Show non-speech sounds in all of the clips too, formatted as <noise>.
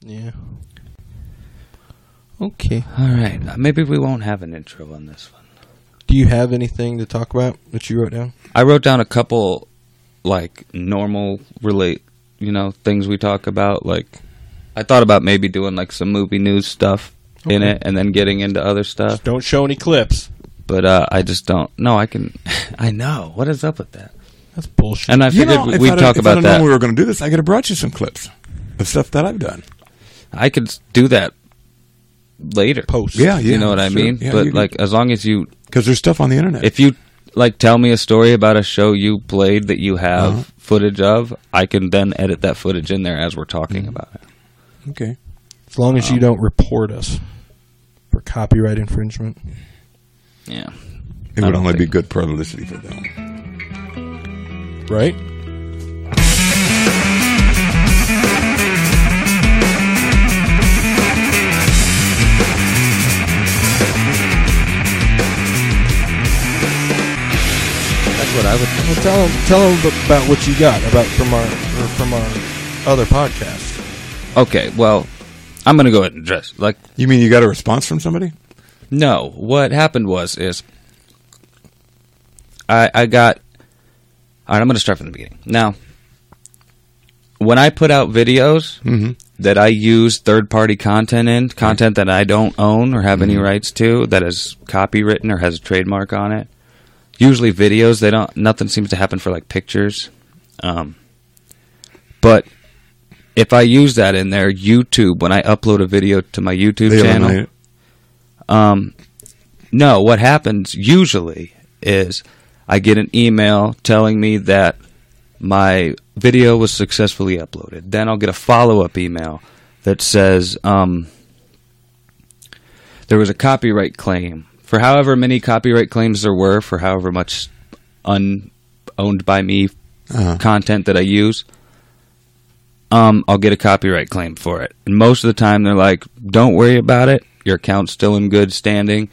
Yeah. Okay. All right. uh, Maybe we won't have an intro on this one. Do you have anything to talk about that you wrote down? I wrote down a couple, like, normal relate, you know, things we talk about. Like, I thought about maybe doing, like, some movie news stuff in Okay. it and then getting into other stuff. Don't show any clips. But uh, I just don't. No, I can. <laughs> I know. What is up with that? That's bullshit. And I You figured know, we- if we'd I'd- talk if I'd about have that. known we were going to do this, I could have brought you some clips of stuff that I've done. I could s- do that later. Post. Yeah, yeah. you know what I sure. mean? Yeah, but, like, as long as you because there's stuff on the internet. if you like tell me a story about a show you played that you have Uh-huh. footage of, I can then edit that footage in there as we're talking about it. okay, As long as you don't report us for copyright infringement. Yeah. it I would don't only be think- good publicity for them. Right? That's what I would Well, tell them, tell them about what you got about from our or from our other podcast. Okay, well, I'm going to go ahead and address. Like You mean you got a response from somebody? no, what happened was is I I got All right, I'm going to start from the beginning. Now, when I put out videos, Mm-hmm. that I use third party content in, content that I don't own or have Mm-hmm. any rights to, that is copywritten or has a trademark on it. Usually videos, they don't nothing seems to happen for like pictures. Um, but if I use that in there, YouTube, when I upload a video to my YouTube They channel, eliminate it. um, no, what happens usually is I get an email telling me that my video was successfully uploaded. Then I'll get a follow up email that says um, there was a copyright claim for however many copyright claims there were for however much unowned by me Uh-huh. content that I use, um, I'll get a copyright claim for it. And most of the time, they're like, "Don't worry about it. Your account's still in good standing.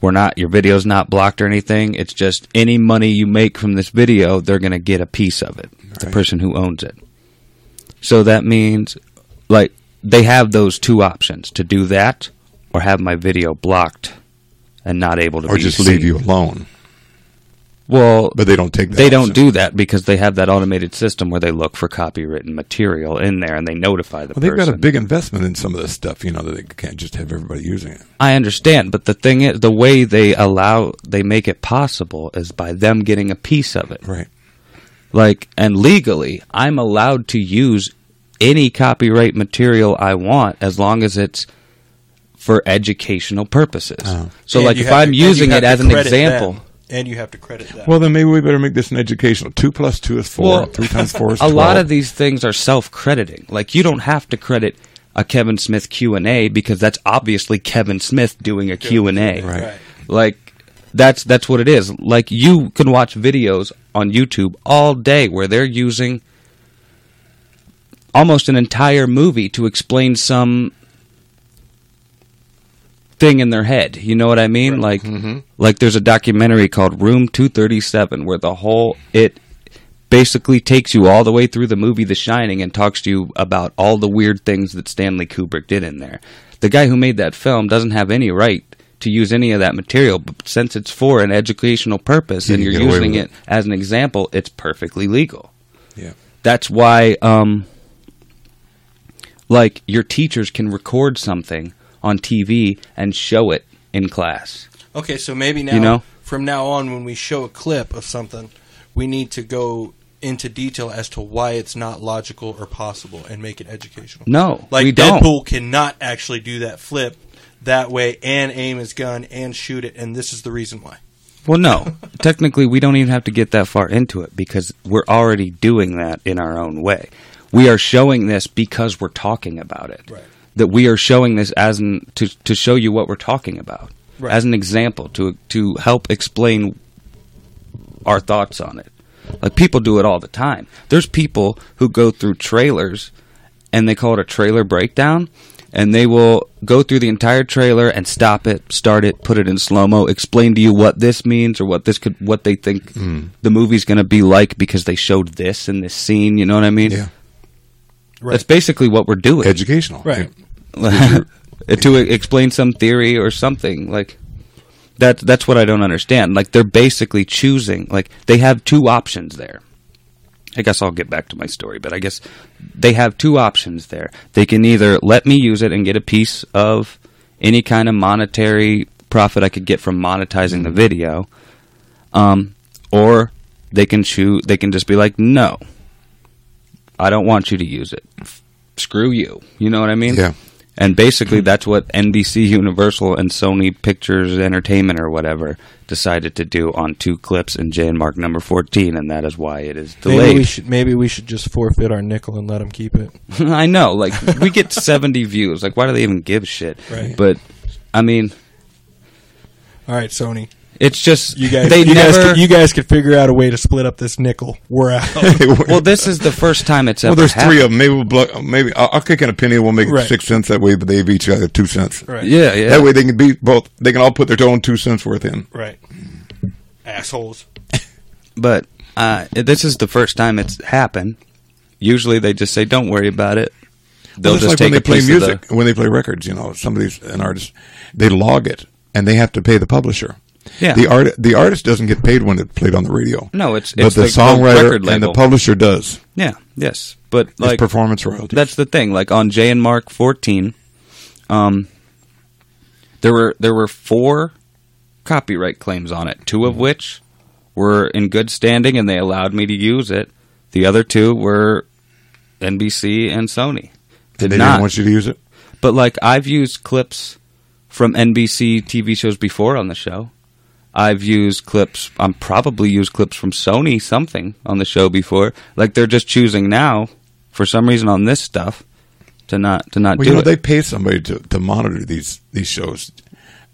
We're not. Your video's not blocked or anything. It's just any money you make from this video, they're gonna get a piece of it. The Right. person who owns it. So that means, like, they have those two options to do that or have my video blocked and not able to Or be just seen. leave you alone, Well, but they don't take. That they don't option. do that because they have that automated system where they look for copywritten material in there and they notify the Well, they've person. got a big investment in some of this stuff. You know that they can't just have everybody using it. I understand, but the thing is, the way they allow, they make it possible is by them getting a piece of it. Right. Like, and legally, I'm allowed to use any copyright material I want as long as it's for educational purposes. Oh. So, And like, you if have to- I'm and you using have it to as an credit them. example, and you have to credit that. Well, then maybe we better make this an educational. Two plus two is four. Well, Three <laughs> times four is a lot 12. of these things are self-crediting. Like you don't have to credit a Kevin Smith Q and A because that's obviously Kevin Smith doing a Q and A. Right. Like that's that's what it is. Like you can watch videos on YouTube all day where they're using almost an entire movie to explain some thing in their head. You know what I mean? Like Mm-hmm. like there's a documentary called Room 237 where the whole it basically takes you all the way through the movie The Shining and talks to you about all the weird things that Stanley Kubrick did in there. The guy who made that film doesn't have any right to use any of that material, but since it's for an educational purpose You and can you're get away using with it as an example, it's perfectly legal Yeah. that's why um like your teachers can record something on TV and show it in class. Okay, so maybe now, You know? from now on, when we show a clip of something, we need to go into detail as to why it's not logical or possible and make it educational. No, like we don't. Deadpool cannot actually do that flip that way and aim his gun and shoot it, and this is the reason why. Well, no. Technically, we don't even have to get that far into it because we're already doing that in our own way. We are showing this because we're talking about it. Right. That we are showing this as an to to show you what we're talking about Right. as an example to to help explain our thoughts on it. Like people do it all the time. There's people who go through trailers and they call it a trailer breakdown and they will go through the entire trailer and stop it, start it, put it in slow-mo, explain to you what this means or what this could what they think Mm. the movie's going to be like because they showed this in this scene, you know what I mean? Yeah. Right. That's basically what we're doing. Educational. Right. <laughs> to explain some theory or something like that that's what I don't understand. Like they're basically choosing like they have two options there. I guess I'll get back to my story, but I guess they have two options there. They can either let me use it and get a piece of any kind of monetary profit I could get from monetizing the video, um, or they can choose. They can just be like, "No, I don't want you to use it. F- Screw you." You know what I mean? Yeah. <laughs> And basically, that's what NBC Universal and Sony Pictures Entertainment or whatever decided to do on two clips in J and Mark number 14, and that is why it is Maybe we delayed. should maybe we should just forfeit our nickel and let them keep it. <laughs> I know, like, we get 70 <laughs> views. Like, why do they even give shit? Right. But, I mean, All right, Sony, it's just. you guys, They you never. guys, could, you guys could figure out a way to split up this nickel. We're out. well, this is the first time it's ever Well, there's happened. three of them. Maybe we'll block, maybe I'll, I'll kick in a penny. We'll make it Right. six cents. That way, but they've each got two cents. right, Yeah, yeah. That way, they can be both. They can all put their own two cents worth in. <clears throat> right. Assholes. but uh, this is the first time it's happened. Usually they just say, don't worry about it. They'll Well, it's just like take when they a play piece of music, the- when they play records. You know, somebody's an artist. They log it, and they have to pay the publisher. Yeah. The art the artist doesn't get paid when it's played on the radio. No, it's- but it's the, the- the songwriter record and the label. publisher does. Yeah, yes. But Like, like it's performance royalty. that's the thing. Like on J and Mark 14, um there were there were four copyright claims on it, two Mm-hmm. of which were in good standing and they allowed me to use it. The other two were NBC and Sony. they Did didn't not. want you to use it. But like I've used clips from NBC TV shows before on the show. I've used clips. I'm probably used clips from Sony something on the show before. Like they're just choosing now, for some reason, on this stuff to not to not Well, do you know, it. they pay somebody to, to monitor these these shows.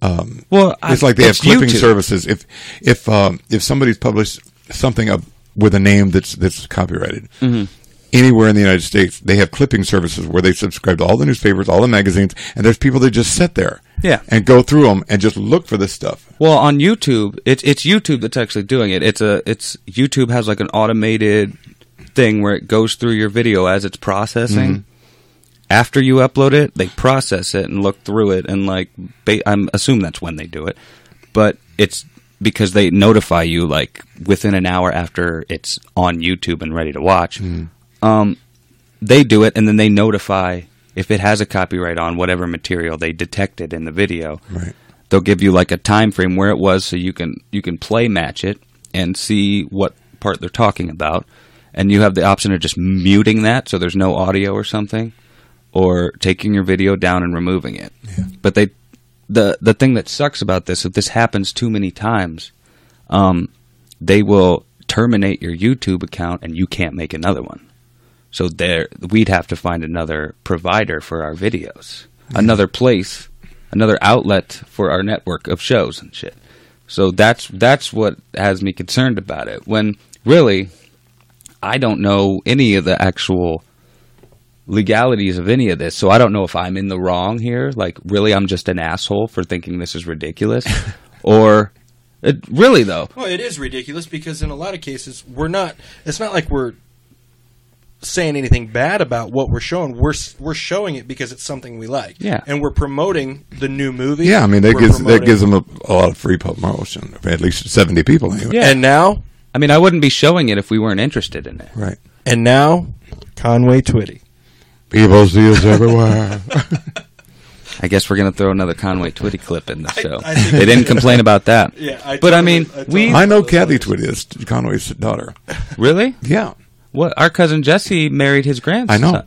Um, well, it's I- like they have it's clipping YouTube. services. If if um, if somebody's published something up with a name that's that's copyrighted Mm-hmm. anywhere in the United States, they have clipping services where they subscribe to all the newspapers, all the magazines, and there's people that just sit there, Yeah. and go through them and just look for this stuff. Well, on YouTube, it's it's YouTube that's actually doing it. It's a it's YouTube has like an automated thing where it goes through your video as it's processing. After you upload it, they process it and look through it and like ba- I'm assume that's when they do it, but it's because they notify you like within an hour after it's on YouTube and ready to watch. Um, they do it and then they notify if it has a copyright on whatever material they detected in the video Right. they'll give you like a time frame where it was so you can you can play match it and see what part they're talking about and you have the option of just muting that so there's no audio or something or taking your video down and removing it but they the the thing that sucks about this if this happens too many times um, they will terminate your YouTube account and you can't make another one so there, we'd have to find another provider for our videos, another place, another outlet for our network of shows and shit. So that's that's what has me concerned about it. When really, I don't know any of the actual legalities of any of this, so I don't know if I'm in the wrong here. Like, really, I'm just an asshole for thinking this is ridiculous, <laughs> or it, really though, Well, Oh, it is ridiculous because in a lot of cases we're not. It's not like we're saying anything bad about what we're showing. We're s- we're showing it because it's something we like. Yeah. and we're promoting the new movie. Yeah, I mean that We're gives that promoting- gives them a, a lot of free promotion. At least seventy people anyway. Yeah. And now, I mean, I wouldn't be showing it if we weren't interested in it. Right. and now, Conway Twitty. People see <laughs> us everywhere. I guess we're gonna throw another Conway Twitty clip in the show. I think they we <laughs> didn't should. complain about that. Yeah, I but I totally- mean, I we totally- I know Kathy Twitty is Conway's daughter. really Yeah. what our cousin Jesse married his grandson. I know.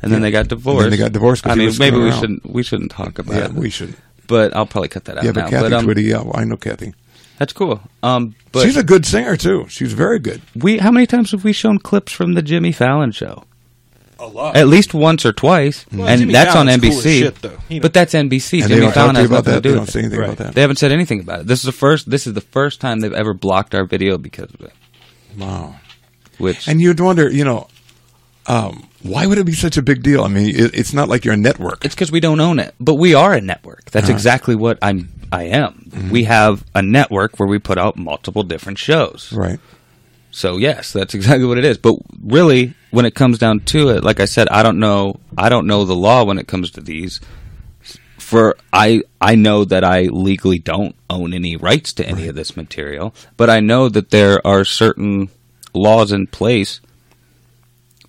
and then they got divorced. And then they got divorced 'cause I he mean, was maybe screwing we around. shouldn't we shouldn't talk about Yeah, it. we should. But I'll probably cut that out Yeah, now. but Kathy but um, Twitty, yeah, I know Kathy. that's cool. Um, but She's a good singer too. She's very good. we how many times have we shown clips from the Jimmy Fallon show? A lot. At least once or twice, Well, and Jimmy that's on Fallon's cool NBC. as shit, though. He knows. but that's NBC. And Jimmy they don't talk Fallon to you has about nothing that. to They do don't with it. say anything Right. about They that. haven't said anything about it. This is the first. This is the first time they've ever blocked our video because of it. Wow. Which And you'd wonder, you know, um, why would it be such a big deal? I mean, it, it's not like you're a network. it's because we don't own it, but we are a network. That's exactly what I'm. I am. We have a network where we put out multiple different shows. right. So yes, that's exactly what it is. But really, when it comes down to it, like I said, I don't know. I don't know the law when it comes to these. For I, I know that I legally don't own any rights to any of this material, but I know that there are certain laws in place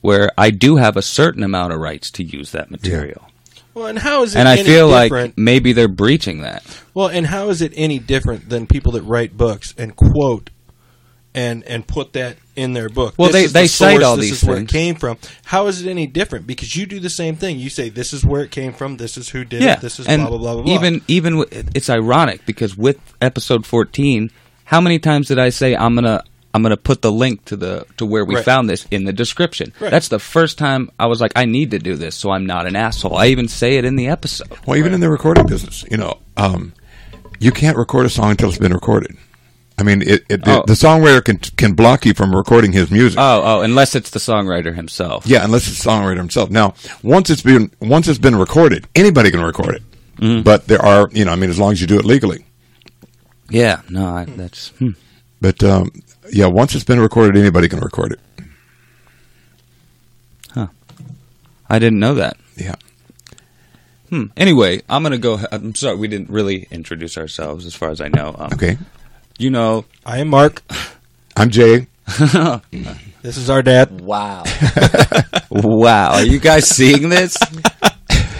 where I do have a certain amount of rights to use that material, Well, and how is it and I any feel different? like maybe they're breaching that. well, and how is it any different than people that write books and quote and and put that in their book? Well, This they- is the they cite source, all this these is where it things. came from. How is it any different? Because you do the same thing. You say this is where it came from. This is who did yeah, it. This is and blah blah blah blah. blah. Even even w- it's ironic because with episode fourteen, how many times did I say I'm gonna I'm gonna put the link to the to where we Right. found this in the description? Right. That's the first time I was like, I need to do this, so I'm not an asshole. I even say it in the episode. Well, even in the recording business, you know, um, you can't record a song until it's been recorded. I mean, it, it, the, Oh. the songwriter can can block you from recording his music. Oh, oh, unless it's the songwriter himself. Yeah, unless it's the songwriter himself. Now, once it's been once it's been recorded, anybody can record it. Mm-hmm. But there are, you know, I mean, as long as you do it legally. Yeah, no, I, that's hmm. But um, yeah, once it's been recorded, anybody can record it. I didn't know that. Yeah. Hmm. Anyway, I'm gonna go. I'm sorry, we didn't really introduce ourselves, as far as I know. Um, Okay. You know, I am Mark. I'm Jay. This is our dad. Wow. wow. Are you guys seeing this? Uh,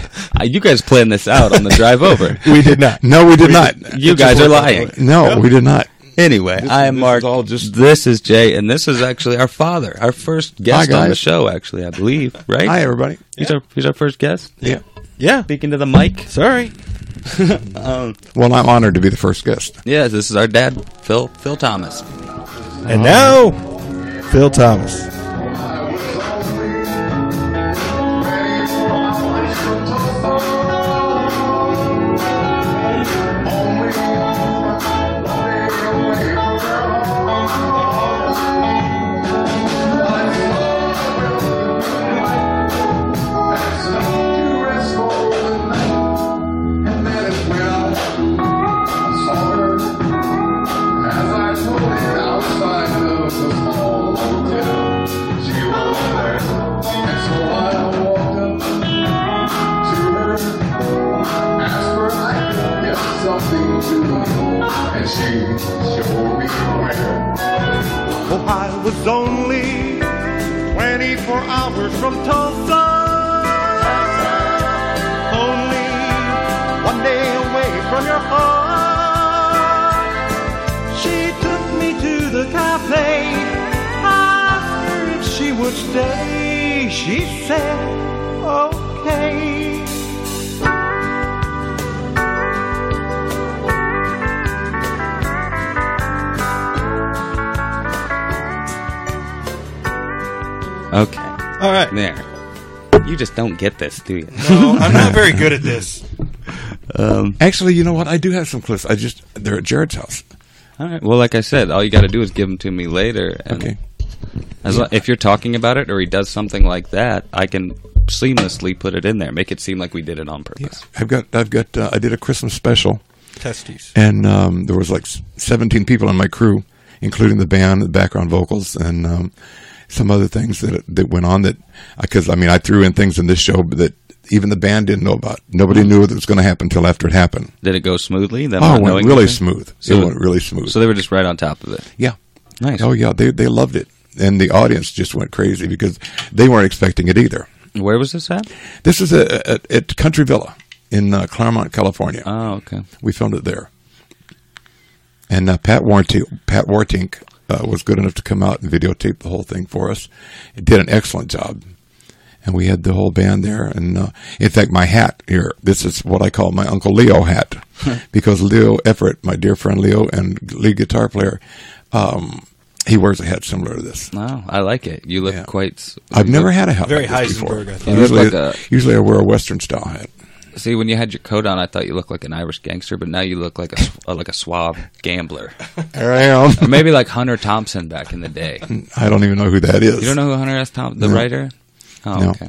<laughs> you guys planned this out on the drive <laughs> over. <laughs> We did not. No, we did not. You guys are lying. No, we did not. Anyway, I am this Mark. is all just- this is Jay, and this is actually our father, our first guest on the guys. show. Actually, I believe, right? Hi, everybody. He's our he's our first guest. Yeah. Yeah. Speaking to the mic. Sorry. Well, I'm honored to be the first guest. Yeah, this is our dad, Phil Phil Thomas. Uh-huh. And now, Phil Thomas. Something to do, and she showed me where. Oh, I was only 24 hours from Tulsa. Only one day away from your heart. She took me to the cafe. Asked her if she would stay. She said, okay. Okay, All right. there. You just don't get this, do you? No, I'm not very good at this. Actually, you know what? I do have some clips. I just they're at Jared's house. <laughs> All right. Well, like I said, all you got to do is give them to me later. and- Okay. As lo- if you're talking about it or he does something like that, I can seamlessly put it in there, make it seem like we did it on purpose. I've got I've got uh, I did a Christmas special, Testes. and um, there was like s- 17 people on my crew, including the band, the background vocals, and um, some other things that that went on. That because I mean I threw in things in this show that even the band didn't know about. Nobody knew that was going to happen until after it happened. Did it go smoothly? Them oh, not it went knowing really anything? smooth. So- it went really smooth. So they were just right on top of it. yeah. Nice. Oh yeah, they they loved it, and the audience just went crazy because they weren't expecting it either. Where was this at? This is a, a, at Country Villa in uh, Claremont, California. Oh, okay. we filmed it there, and uh, Pat Wartink, Pat Wartink uh, was good enough to come out and videotape the whole thing for us. It did an excellent job, and we had the whole band there. And uh, in fact, my hat here. This is what I call my Uncle <laughs> Leo hat, because Leo Everett, my dear friend Leo, and lead guitar player. Um, he wears a hat similar to this. Wow, I like it. You look Yeah. quite. s- I've you never look- had a hat Very like this Heisenberg, I before. thought. You look Usually, like usually I wear a Western style hat. See, when you had your coat on, I thought you looked like an Irish gangster, but now you look like a s- uh, like a suave gambler, There I am. or maybe like Hunter Thompson back in the day. You <laughs> I don't even know who that is. don't know who Hunter S. Thompson, the No. writer? Oh, No. okay.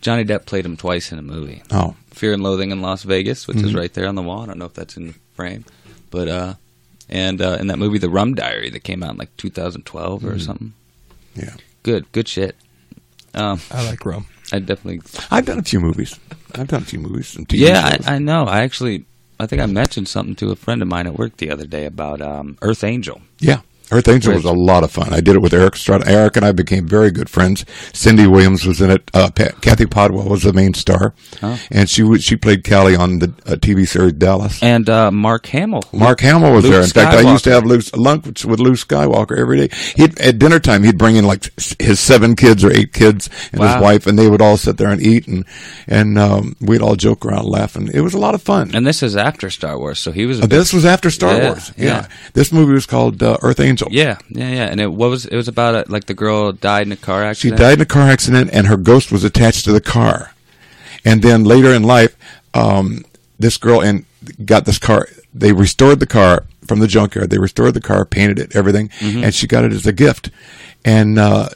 Johnny Depp played him twice in a movie. Oh, Fear and Loathing in Las Vegas, which Mm-hmm. is right there on the wall. I don't know if that's in the frame, but uh, and uh, in that movie, The Rum Diary, that came out in like 2012 or something. Mm-hmm. yeah. Good, good shit. Um, I like rum. I definitely. I've done a few movies. I've done a few movies. And TV Yeah, shows. I, I know. I actually, I think I mentioned something to a friend of mine at work the other day about um, Earth Angel. yeah. Earth Angel was a lot of fun. I did it with Eric Strada. Eric and I became very good friends. Cindy Williams was in it. Uh, Pa- Kathy Podwell was the main star, and she was, she played Callie on the uh, TV series Dallas. And uh, Mark Hamill. Mark Hamill was Luke there. In fact, I used to Skywalker. have Luke, lunch with Luke Skywalker every day. He'd, at dinner time, he'd bring in like s- his seven kids or eight kids and Wow. his wife, and they would all sit there and eat, and and um, we'd all joke around, laughing. It was a lot of fun. And this is after Star Wars, so he was. A Uh, this was after Star Yeah, Wars. Yeah. yeah. this movie was called uh, Earth Angel. yeah, yeah, yeah. And it what was it was about uh like the girl died in a car She accident. died in a car accident, and her ghost was attached to the car. And then later in life, um, this girl and got this car. They restored the car from the junkyard. They restored the car, painted it, everything, Mm-hmm. and she got it as a gift. And uh,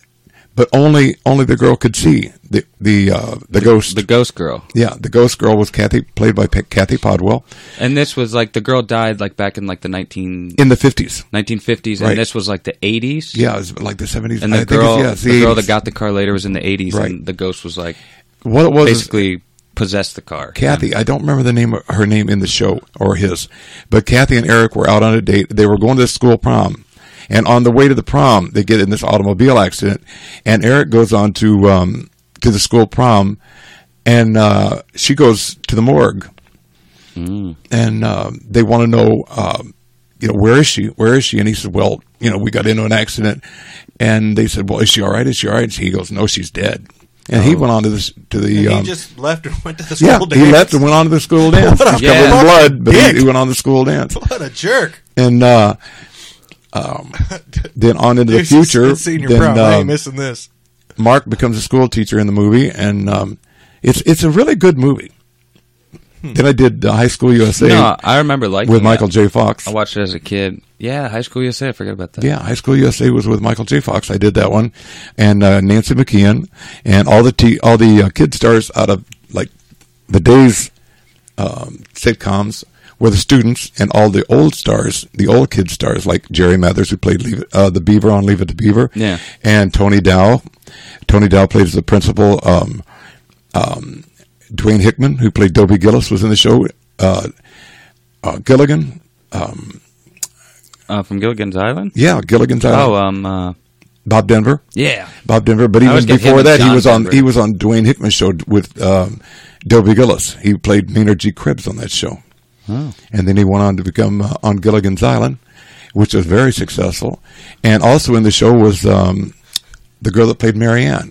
but only only the girl could see the the uh, the, ghost. The ghost girl. yeah, the ghost girl was Kathy, played by Pe- Kathy Podwell, And this was like the girl died like back in like the 19, in the fifties. 1950s, Right. and this was like the 80s. Yeah, it was like the seventies. And the girl, yeah, it's the girl 80s. that got the car later was in the 80s, Right. and the ghost was like what it was is- basically possessed the car. Kathy, I don't remember the name of her name in the show or his, but Kathy and Eric were out on a date. They were going to the school prom, and on the way to the prom, they get in this automobile accident, and Eric goes on to um, to the school prom, and uh, she goes to the morgue, and um, they want to know, um, you know, where is she? Where is she? And he said, well, you know, we got into an accident, and they said, well, is she all right? Is she all right? And he goes, no, she's dead. And he went on to this to the he um, just left and went to the school yeah, dance. he left and went on to the school dance. <laughs> What a He's covered in fucking blood, but he, dick. he went on the school <laughs> dance. What a jerk! And uh, um, then <laughs> on into the It's- it's future, senior then, prom. I ain't um, missing this. Mark becomes a school teacher in the movie, and um, it's it's a really good movie. Hmm. Then I did uh, High School USA No, I remember liking with that. Michael J. Fox. I watched it as a kid. Yeah, High School USA. I forgot about that. Yeah, High School USA was with Michael J. Fox. I did that one, and uh, Nancy McKeon, and all the t- all the uh, kid stars out of like the days um, sitcoms were the students, and all the old stars, the old kid stars like Jerry Mathers, who played Leave It, uh, the Beaver on Leave It to Beaver, Yeah. and Tony Dow. Tony Dow plays the principal. Um, um, Dwayne Hickman, who played Dobie Gillis, was in the show. Uh, uh, Gilligan, Uh, from Gilligan's Island. yeah, Gilligan's Oh, um, Island. uh, Bob Denver. yeah. Bob Denver, but even always get him before and that, he John was on Denver. he was on Dwayne Hickman's show with um, Dobie Gillis. He played Maynard G. Krebs on that show, Hmm. and then he went on to become uh, on Gilligan's Island, which was very successful. And also in the show was um, the girl that played Marianne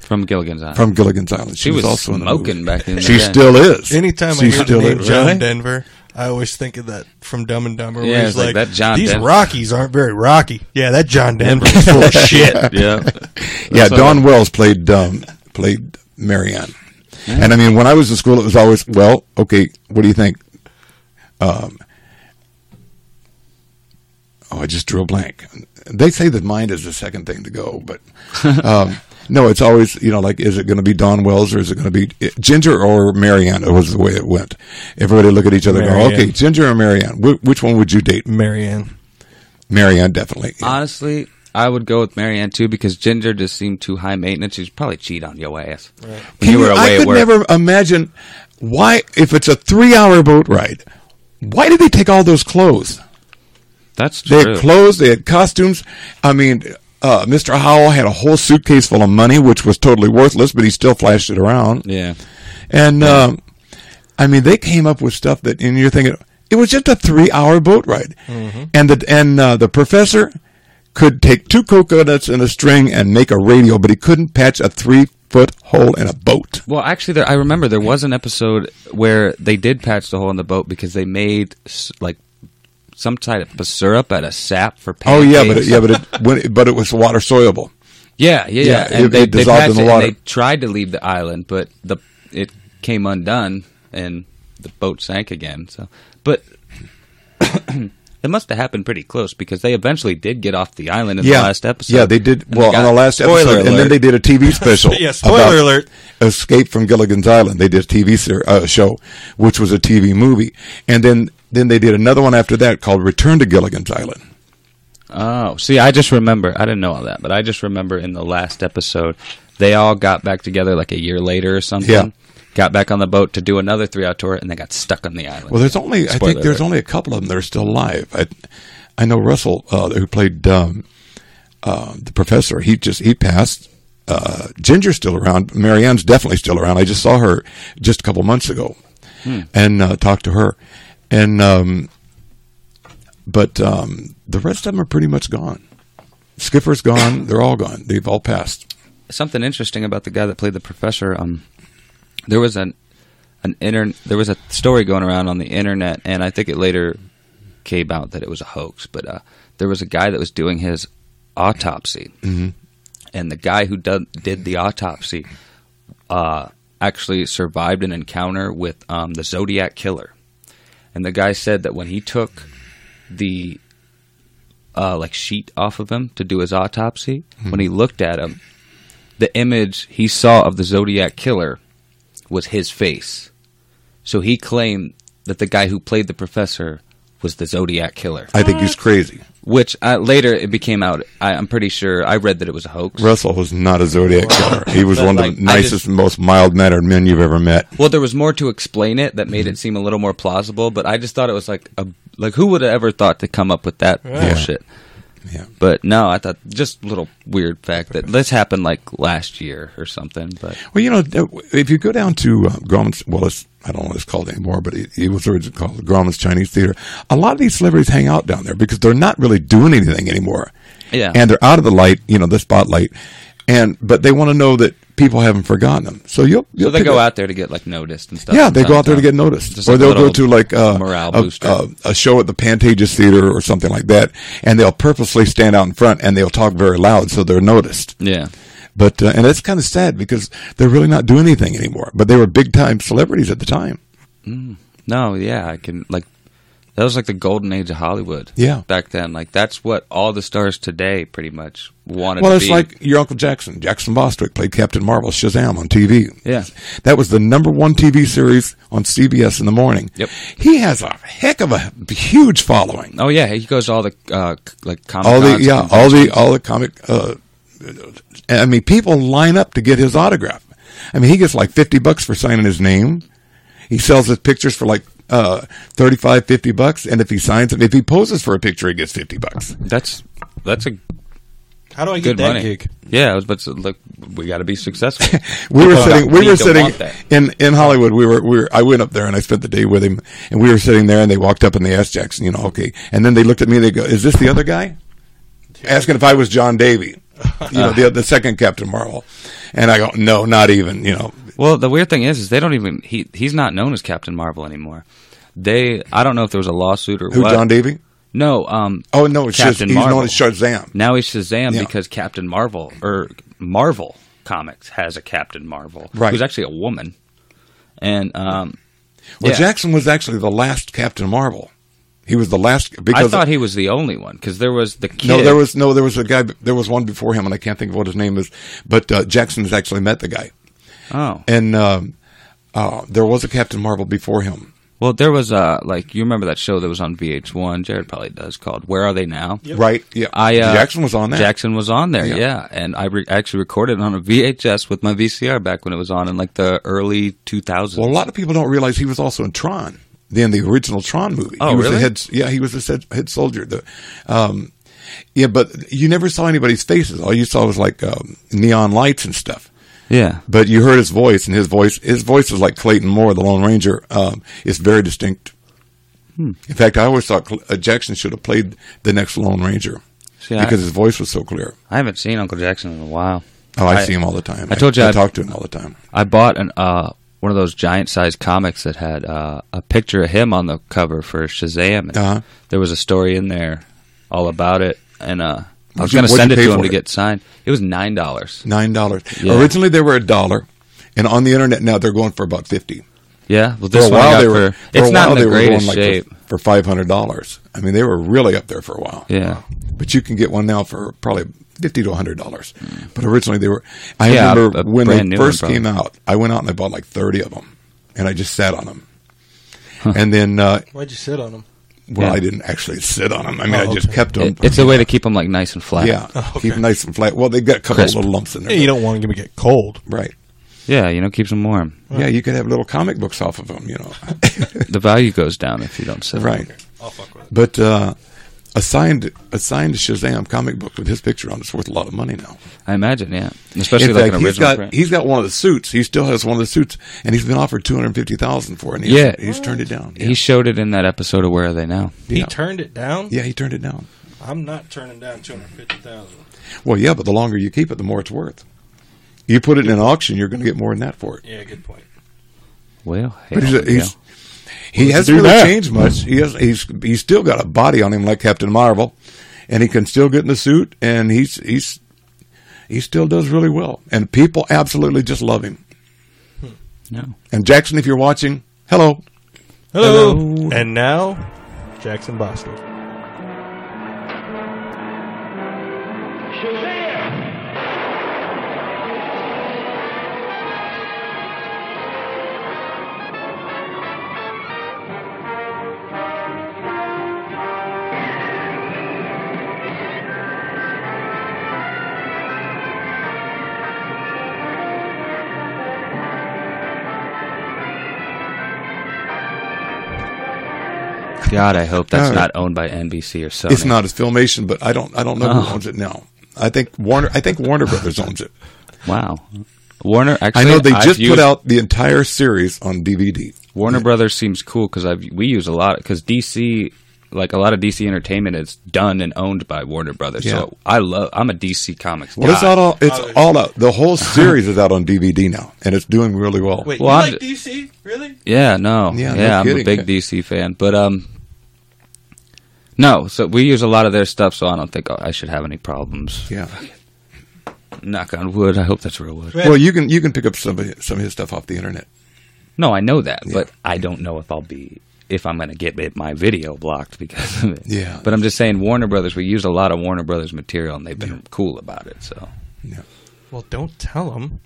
From Gilligan's Island. from Gilligan's Island. she was also in the movie. smoking back in the <laughs> She day. still is. Anytime she I hear the still name is. John Really? Denver, I always think of that from Dumb and Dumber. Yeah, where it's he's like like, that John These Denver." Rockies aren't very rocky. Yeah, that John Denver's full <laughs> of shit. yeah. Yeah, That's all Don Wells played um, played Marianne, and I mean when I was in school, it was always well, okay, what do you think? Um, oh, I just drew a blank. They say that mind is the second thing to go, but um, no, it's always you know like is it going to be Don Wells or is it going to be eh, Ginger or Marianne? Was the way it went. Everybody look at each other, and Marianne. go, okay, Ginger or Marianne? Wh- which one would you date? Marianne. Marianne, definitely. Honestly, I would go with Marianne too because Ginger just seemed too high maintenance. She'd probably cheat on your ass when Can you were you- away I at could work. never imagine why, if it's a three-hour boat ride, why did they take all those clothes? That's They true. had clothes, they had costumes. I mean, uh, Mr. Howell had a whole suitcase full of money, which was totally worthless, but he still flashed it around. yeah. And um, I mean, they came up with stuff that, and you're thinking it was just a three-hour boat ride, Mm-hmm. and the and uh, the professor could take two coconuts and a string and make a radio, but he couldn't patch a three-foot hole in a boat. Well, actually, there, I remember there was an episode where they did patch the hole in the boat because they made s- like some type of syrup out of sap for Oh pancakes. yeah, but it, yeah, but it, when it, but it was water soluble. yeah, yeah, yeah. Yeah, And it- they, it they dissolved patched in the it and water. they tried to leave the island, but the it came undone and the boat sank again. So, but. <coughs> It must have happened pretty close because they eventually did get off the island in yeah, the last episode. Yeah, they did. And well, got- on the last episode, Spoiler and then alert. they did <laughs> a TV special. Yeah, spoiler about alert. Escape from Gilligan's Island. They did a TV ser- uh, show, which was a TV movie, and then then they did another one after that called Return to Gilligan's Island. Oh, see, I just remember. I didn't know all that, but I just remember in the last episode They all got back together like a year later or something. Yeah. Got back on the boat to do another three hour tour and they got stuck on the island. Well, there's only I Spoiler think there's alert. only a couple of them that are still alive. I I know Russell uh, who played um, uh, the professor. He just he passed. Uh, Ginger's still around. Marianne's definitely still around. I just saw her just a couple months ago Hmm. and uh, talked to her. And um, but um, the rest of them are pretty much gone. Skipper's gone. They're all gone. They've all passed. something interesting about the guy that played the professor. Um, there was an an inter- there was a story going around on the internet, and I think it later came out that it was a hoax. But uh, there was a guy that was doing his autopsy, and the guy who did, did the autopsy uh, actually survived an encounter with um, the Zodiac killer, and the guy said that when he took the uh, like sheet off of him to do his autopsy, when he looked at him, the image he saw of the Zodiac killer was his face. So he claimed that the guy who played the professor was the Zodiac killer. I think he's crazy. Which uh, later it became out. I, I'm pretty sure I read that it was a hoax. Russell was not a Zodiac killer. He was But, one of like, I the nicest, just- most mild mannered men you've ever met. Well, there was more to explain it that Mm-hmm. made it seem a little more plausible. But I just thought it was like a like who would have ever thought to come up with that bullshit. Yeah. But no, I thought just little weird fact that this happened like last year or something. But Well, you know, th- if you go down to uh, Grauman's, well, it's, I don't know what it's called anymore, but it, it was originally called the Grauman's Chinese Theater. A lot of these celebrities hang out down there because they're not really doing anything anymore. Yeah. And they're out of the light, you know, the spotlight. And, but they want to know that people haven't forgotten them. So you'll, so you'll they pick go up- out there to get like noticed and stuff. Yeah, they go out there sometimes, to get huh? noticed, Just or like a they'll go little to like uh, morale a, booster. a, a show at the Pantages Theater or something like that, and they'll purposely stand out in front and they'll talk very loud so they're noticed. yeah. But uh, and that's kind of sad because they're really not doing anything anymore. But they were big time celebrities at the time. No, yeah, I can like that was like the golden age of Hollywood. Yeah. Back then. Like that's what all the stars today pretty much wanted Well, to it's be. like your Uncle Jackson. Jackson Bostwick played Captain Marvel, Shazam on TV. Yeah. That was the number one TV series on CBS in the morning. Yep. He has a heck of a huge following. Oh yeah, he goes to all the uh c- like comic all the cons yeah, and- all the all the comic. Uh, I mean, people line up to get his autograph. I mean, he gets like fifty bucks for signing his name. He sells his pictures for like uh, 35, 50 bucks, and if he signs it, if he poses for a picture, he gets fifty bucks. That's that's a How do I get good that money. gig? Yeah, I was about to look we got to be <laughs> successful. We were People sitting. got We beat to were sitting want that. in in Hollywood. We were. We were. I went up there and I spent the day with him. And we were sitting there, and they walked up and they asked Jackson, you know, okay. And then they looked at me. and They go, "Is this the other guy?" Asking if I was John Davy, you know, the the second Captain Marvel. And I go, "No, not even." You know, Well, the weird thing is, is they don't even he he's not known as Captain Marvel anymore. They I don't know if there was a lawsuit or who what. John Davy? no, um Oh no, it's just, Captain he's Marvel. known as Shazam. Now he's Shazam Yeah. because Captain Marvel or Marvel Comics has a Captain Marvel, Right. Who's actually a woman, and um, Well, yeah. Jackson was actually the last Captain Marvel. He was the last I because thought he was the only one because there was the kid. No, there was no, there was a guy, there was one before him, and I can't think of what his name is. But uh, Jackson has actually met the guy, oh and um, uh, there was a Captain Marvel before him. well, there was uh like you remember that show that was on VH1. Jared probably does called Where Are They Now? Right? Yeah. I uh, Jackson was on that. Jackson was on there, Yeah. yeah. And I re- actually recorded it on a VHS with my VCR back when it was on in like the early 2000s. Well, a lot of people don't realize he was also in Tron, then the original Tron movie. Oh, he was the really? head, yeah, he was the head, head soldier. The, um, yeah, but you never saw anybody's faces. All you saw was like um, neon lights and stuff. yeah, But you heard his voice, and his voice, his voice is like Clayton Moore, the Lone Ranger. Um, it's very distinct. Hmm. In fact, I always thought Cl- uh, Jackson should have played the next Lone Ranger See, I- because his voice was so clear. I haven't seen Uncle Jackson in a while. Oh, I, I- see him all the time. I told you I, I've- talk to him all the time. I bought an uh one of those giant sized comics that had uh, a picture of him on the cover for Shazam. And Uh-huh. There was a story in there all about it, and uh, I was you- going to what'd send you it pay to him for to it? get signed. It was nine dollars. Nine dollars. Yeah. Originally, they were a dollar, and on the internet now they're going for about fifty. Yeah, well, For this a one I while got they were. for- for it's a not while in the they were going greatest like shape. for, for five hundred dollars. I mean, they were really up there for a while. yeah, But you can get one now for probably fifty to hundred dollars. But originally they were. I Yeah, remember a- a when brand they new one, first probably. came out. I went out and I bought like thirty of them, and I just sat on them. And then uh, Why'd you sit on them? Well, Yeah. I didn't actually sit on them. I mean, Oh, I just okay. kept them. It- it's a way to keep them like nice and flat. yeah, okay. keep them nice and flat. Well, they've got a couple Crisp. little lumps in there. Yeah, you don't want them to get cold. right? yeah. You know, keeps them warm. Yeah, you could have little comic books off of them. You <laughs> know, <laughs> The value goes down if you don't sit. on right? I'll fuck with it. But uh, assigned assigned Shazam comic book with his picture on it's worth a lot of money now. I imagine, yeah. Especially like an uh, he's original got print. he's got one of the suits. He still has one of the suits, and he's been offered two hundred fifty thousand for it. And he Yeah. he's turned it down. He showed it in that episode of Where Are They Now? He Yeah. turned it down. yeah, he turned it down. I'm not turning down two hundred fifty thousand. Well, yeah, but the longer you keep it, the more it's worth. You put it in an auction, you're going to get more than that for it. Yeah, good point. Well, hey, But he's, there we he's, go. he hasn't do really that? changed much. He has, he's he's still got a body on him like Captain Marvel, and he can still get in the suit, and he's he's he still does really well, and people absolutely just love him. no. And Jackson, if you're watching, hello. Hello. And now, Jackson Boston. God, I hope that's Uh, not owned by NBC or Sony. It's not his filmation, but I don't I don't know Oh. who owns it now. I think Warner I think Warner Brothers owns it. Wow. Warner, I actually, know they I've just put used- out the entire series on DVD. Warner Brothers seems cool because I've we use a lot because DC, like a lot of DC entertainment, is done and owned by Warner Brothers. Yeah. So I love. I'm a DC Comics. Well, it's guy. out all it's all out. The whole series is out on DVD now, and it's doing really well. Wait, Well, you I'm like DC? Really? Yeah, no. Yeah, Yeah, no I'm kidding. a big DC fan. But um No, so we use a lot of their stuff so I don't think I should have any problems. Yeah. Knock on wood. I hope that's real wood. Well, you can you can pick up some of his, some of his stuff off the internet. No, I know that, but I don't know if I'll be if I'm going to get it- my video blocked because of it. Yeah. But I'm just saying Warner Brothers we use a lot of Warner Brothers material and they've been cool about it. So Well, don't tell him.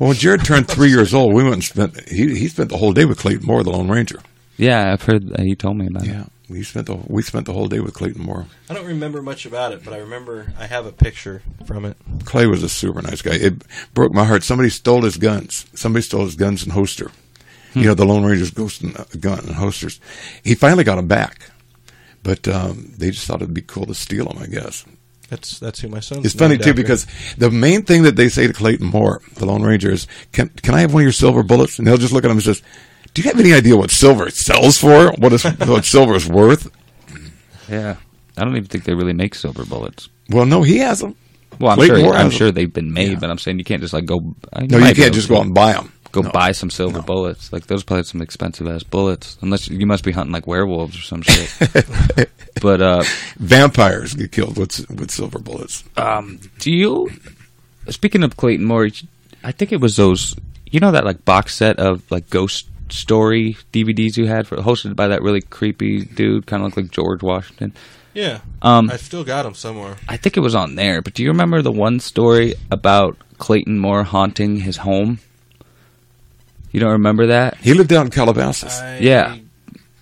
Well, when Jared turned three years old, we went and spent he he spent the whole day with Clayton Moore, the Lone Ranger. Yeah, I've heard that you told me about it. we spent the we spent the whole day with Clayton Moore. I don't remember much about it, but I remember I have a picture from it. Clay was a super nice guy. It broke my heart. Somebody stole his guns. Somebody stole his guns and holster. You know, the Lone Ranger's ghost and uh, gun and holsters. He finally got them back, but um, they just thought it'd be cool to steal them. I guess That's that's who my son. it's funny too because the main thing that they say to Clayton Moore, the Lone Ranger, is, "Can can I have one of your silver bullets?" And they'll just look at him and says, "Do you have any idea what silver sells for? What is <laughs> what silver is worth?" Yeah. I don't even think they really make silver bullets. Well, no, he has them. Well, I'm Clayton sure Moore I'm has sure 'em. they've been made, Yeah. but I'm saying you can't just like go. I No, you might be can't able just to. go out and buy them. go buy some silver bullets. Like those probably some expensive ass bullets. Unless you must be hunting like werewolves or some shit. <laughs> but uh, Vampires get killed with with silver bullets. um, do you? Speaking of Clayton Moore, I think it was those. You know that like box set of like ghost story DVDs you had for hosted by that really creepy dude, kind of looked like George Washington. yeah, Um, I still got him somewhere. I think it was on there. But do you remember the one story about Clayton Moore haunting his home? You don't remember that? He lived out in Calabasas, Yeah.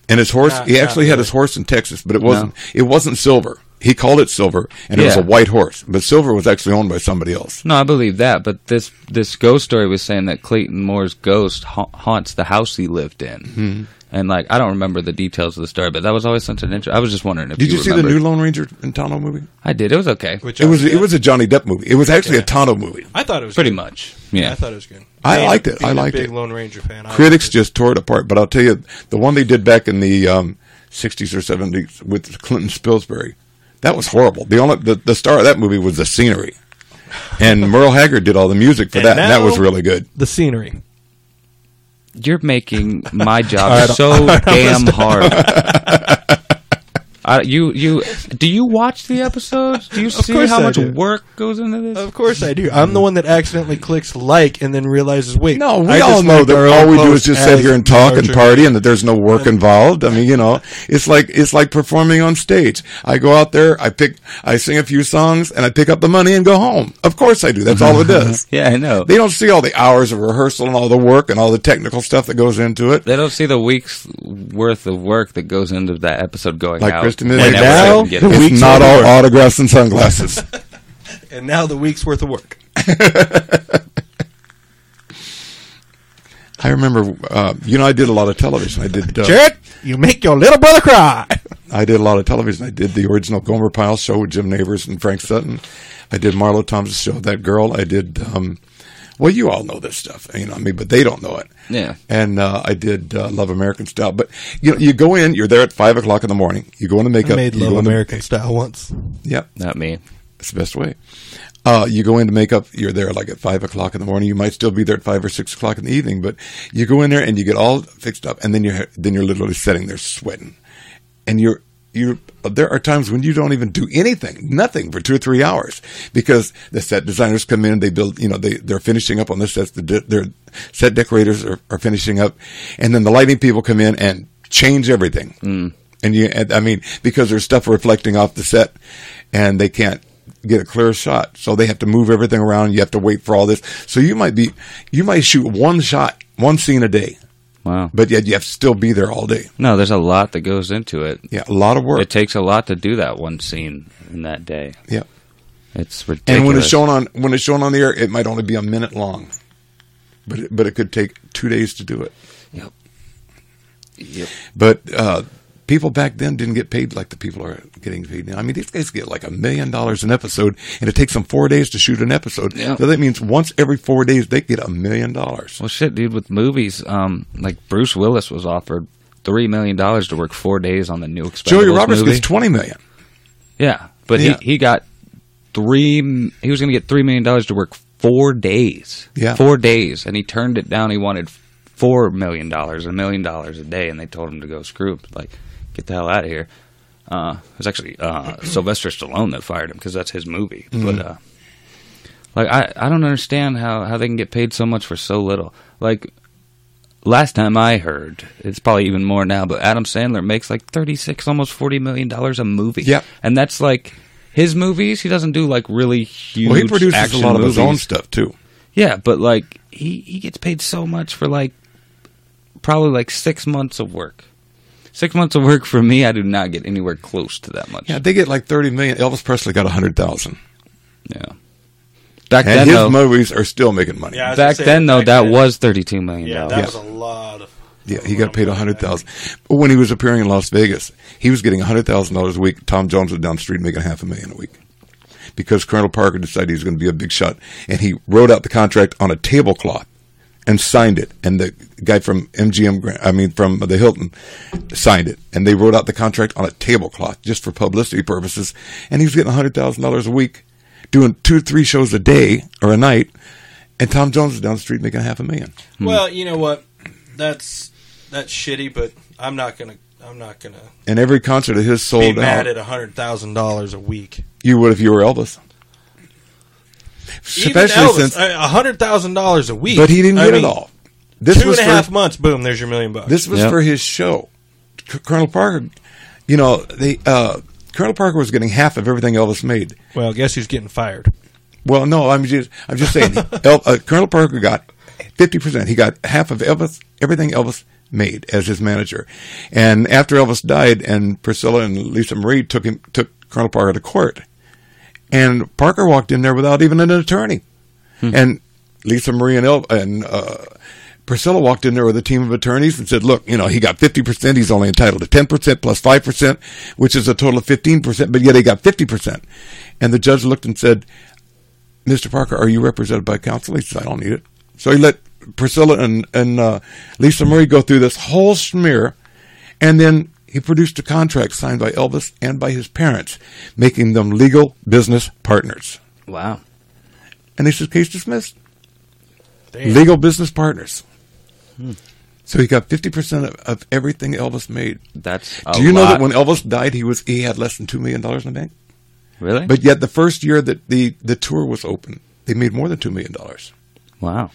and his horse. Not- he not actually had really. his horse in Texas, but it wasn't. It wasn't silver. He called it silver, and it was a Yeah. white horse. But silver was actually owned by somebody else. No, I believe that, but this this ghost story was saying that Clayton Moore's ghost ha- haunts the house he lived in, and like I don't remember the details of the story, but that was always such an interest. I was just wondering if Did you, see the remembered. new Lone Ranger and Tonto movie? I did. It was okay, Which it was. It was a Johnny Depp movie. It was actually a Yeah. Tonto movie. I thought it was pretty good. much. Yeah, I thought it was good. I Being- liked it. I being liked a big it. Lone Ranger fan. I Critics liked it. just tore it apart. But I'll tell you, the one they did back in the um, '60s or '70s with Clinton Spilsbury, that was horrible. The only the, the star of that movie was the scenery, and <laughs> Merle Haggard did all the music for And that, and that now- was really good. the scenery. you're making my job so damn hard. I, you you do you watch the episodes? Do you see course how I much do. work goes into this? Of course I do. I'm the one that accidentally clicks like and then realizes, wait. No, I we just all know liked that our all own we do is post just sit as here and talk and Archer. party, and that there's no <laughs> work involved. I mean, you know, it's like it's like performing on stage. I go out there, I pick, I sing a few songs, and I pick up the money and go home. Of course, I do. That's <laughs> all it does. Yeah, I know. They don't see all the hours of rehearsal and all the work and all the technical stuff that goes into it. They don't see the week's worth of work that goes into that episode going Like out. Kristen When Middleton. episode Now, gets- the <laughs> It's week's worth not of all work. autographs and sunglasses. <laughs> And now the week's worth of work. I remember, uh, you know, I did a lot of television. I did. Uh, Jared, you make your little brother cry. I did a lot of television. I did the original Gomer Pyle show with Jim Neighbors and Frank Sutton. I did Marlo Thompson's show, That Girl. I did, um, well, you all know this stuff, you know, I mean, but they don't know it. Yeah. And uh, I did uh, Love American Style. But, you know, you go in, you're there at 5 o'clock in the morning. You go into I makeup. made you Love go into- American Style once. Yep. Not me. It's the best way. Uh, you go in to make up. You're there like at five o'clock in the morning. You might still be there at five or six o'clock in the evening, but you go in there and you get all fixed up, and then you're then you're literally sitting there sweating, and you're you're. There are times when you don't even do anything, nothing for two or three hours, because the set designers come in, they build, you know, they they're finishing up on the sets. The de- their set decorators are, are finishing up, and then the lighting people come in and change everything. Mm. And you, and, I mean, because there's stuff reflecting off the set, and they can't get a clear shot, so they have to move everything around. You have to wait for all this. So you might be, you might shoot one shot, one scene a day, Wow. but yet you have to still be there all day. No, there's a lot that goes into it. Yeah, a lot of work. It takes a lot to do that one scene in that day. yeah, It's ridiculous. and when it's shown on when it's shown on the air, it might only be a minute long, but it, but it could take two days to do it. Yep. Yep. But uh, people back then didn't get paid like the people are getting paid now. I mean, these guys get like a million dollars an episode, and it takes them four days to shoot an episode. Yeah. So that means once every four days, they get a million dollars. Well, shit, dude. With movies, um, like Bruce Willis was offered three million dollars to work four days on the new Expendables Joey Roberts movie. gets twenty million. yeah, but Yeah. he he got three. m- He was going to get three million dollars to work four days. Yeah. four days, and he turned it down. He wanted four million dollars, a million dollars a day, and they told him to go screw, like, get the hell out of here. Uh, it was actually uh, Sylvester Stallone that fired him because that's his movie. Mm-hmm. But uh, like, I, I don't understand how, how they can get paid so much for so little. Like, last time I heard, it's probably even more now, but Adam Sandler makes like 36, almost $40 million dollars a movie. Yep. And that's like his movies. He doesn't do like really huge Well, he produces a action lot of his own movies. stuff too. Yeah, but like he he gets paid so much for like probably like six months of work. Six months of work for me, I do not get anywhere close to that much. Yeah, they get like thirty million. Elvis Presley got a hundred thousand, Yeah. Back and then, his though, movies are still making money. Yeah, I was gonna back say, then though, back that then- was thirty-two million dollars. that was a lot of. Yeah, he got paid a hundred thousand. But when he was appearing in Las Vegas, he was getting a hundred thousand dollars a week. Tom Jones was down the street making half a million a week because Colonel Parker decided he was going to be a big shot, and he wrote out the contract on a tablecloth and signed it. And the guy from MGM, Grand- I mean from the Hilton, signed it, and they wrote out the contract on a tablecloth just for publicity purposes. And he was getting a hundred thousand dollars a week, doing two or three shows a day or a night. And Tom Jones was down the street making half a million. Hmm. Well, you know what? That's that's shitty, but I'm not gonna. I'm not gonna And every concert of his sold be out. mad at a hundred thousand dollars a week. you would if you were Elvis. Even Elvis, a hundred thousand dollars a week. but he didn't I get mean, it all. This two was and a for, half months. Boom. There's your million bucks. This was Yep. for his show. C- Colonel Parker, you know, they uh, Colonel Parker was getting half of everything Elvis made. well, guess who's getting fired? Well, no, I'm just I'm just saying, El, uh, Colonel Parker got fifty percent. He got half of Elvis, everything Elvis made as his manager. And after Elvis died, and Priscilla and Lisa Marie took him took Colonel Parker to court, and Parker walked in there without even an attorney, and Lisa Marie and El, and uh, Priscilla walked in there with a team of attorneys and said, "Look, you know, he got fifty percent. He's only entitled to ten percent plus five percent, which is a total of fifteen percent. But yet he got fifty percent." And the judge looked and said, Mr. Parker, are you represented by counsel? He said, I don't need it. So he let Priscilla and, and uh, Lisa Marie go through this whole smear, and then he produced a contract signed by Elvis and by his parents, making them legal business partners. Wow. And he said, case dismissed. Damn. Hmm. Legal business partners. So he got 50% of, of everything Elvis made. That's a Do you know lot. that when Elvis died, he was he had less than $2 million in the bank? really? But yet the first year that the, the tour was open, they made more than $2 million. wow.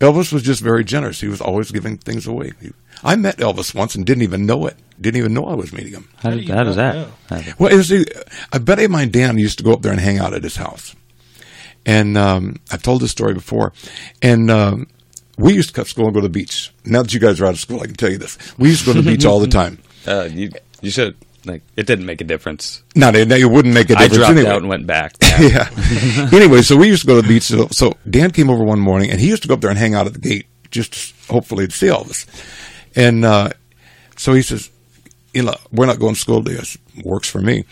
Elvis was just very generous. He was always giving things away. He- I met Elvis once and didn't even know it. Didn't even know I was meeting him. How How, did, do you how does not that? know? happen? Well, it was the, a buddy of mine, Dan, used to go up there and hang out at his house. And um, I've told this story before. And um, we used to cut school and go to the beach. Now that you guys are out of school, I can tell you this. We used to go to the <laughs> beach all the time. Uh, you you should like it didn't make a difference. Now, they- they- it wouldn't make a I difference dropped anyway. out and went back. yeah. <laughs> anyway, so we used to go to the beach. So, so Dan came over one morning, and he used to go up there and hang out at the gate, just hopefully to see Elvis. And uh, so he says, "You know, we're not going to school today. I said, Works for me."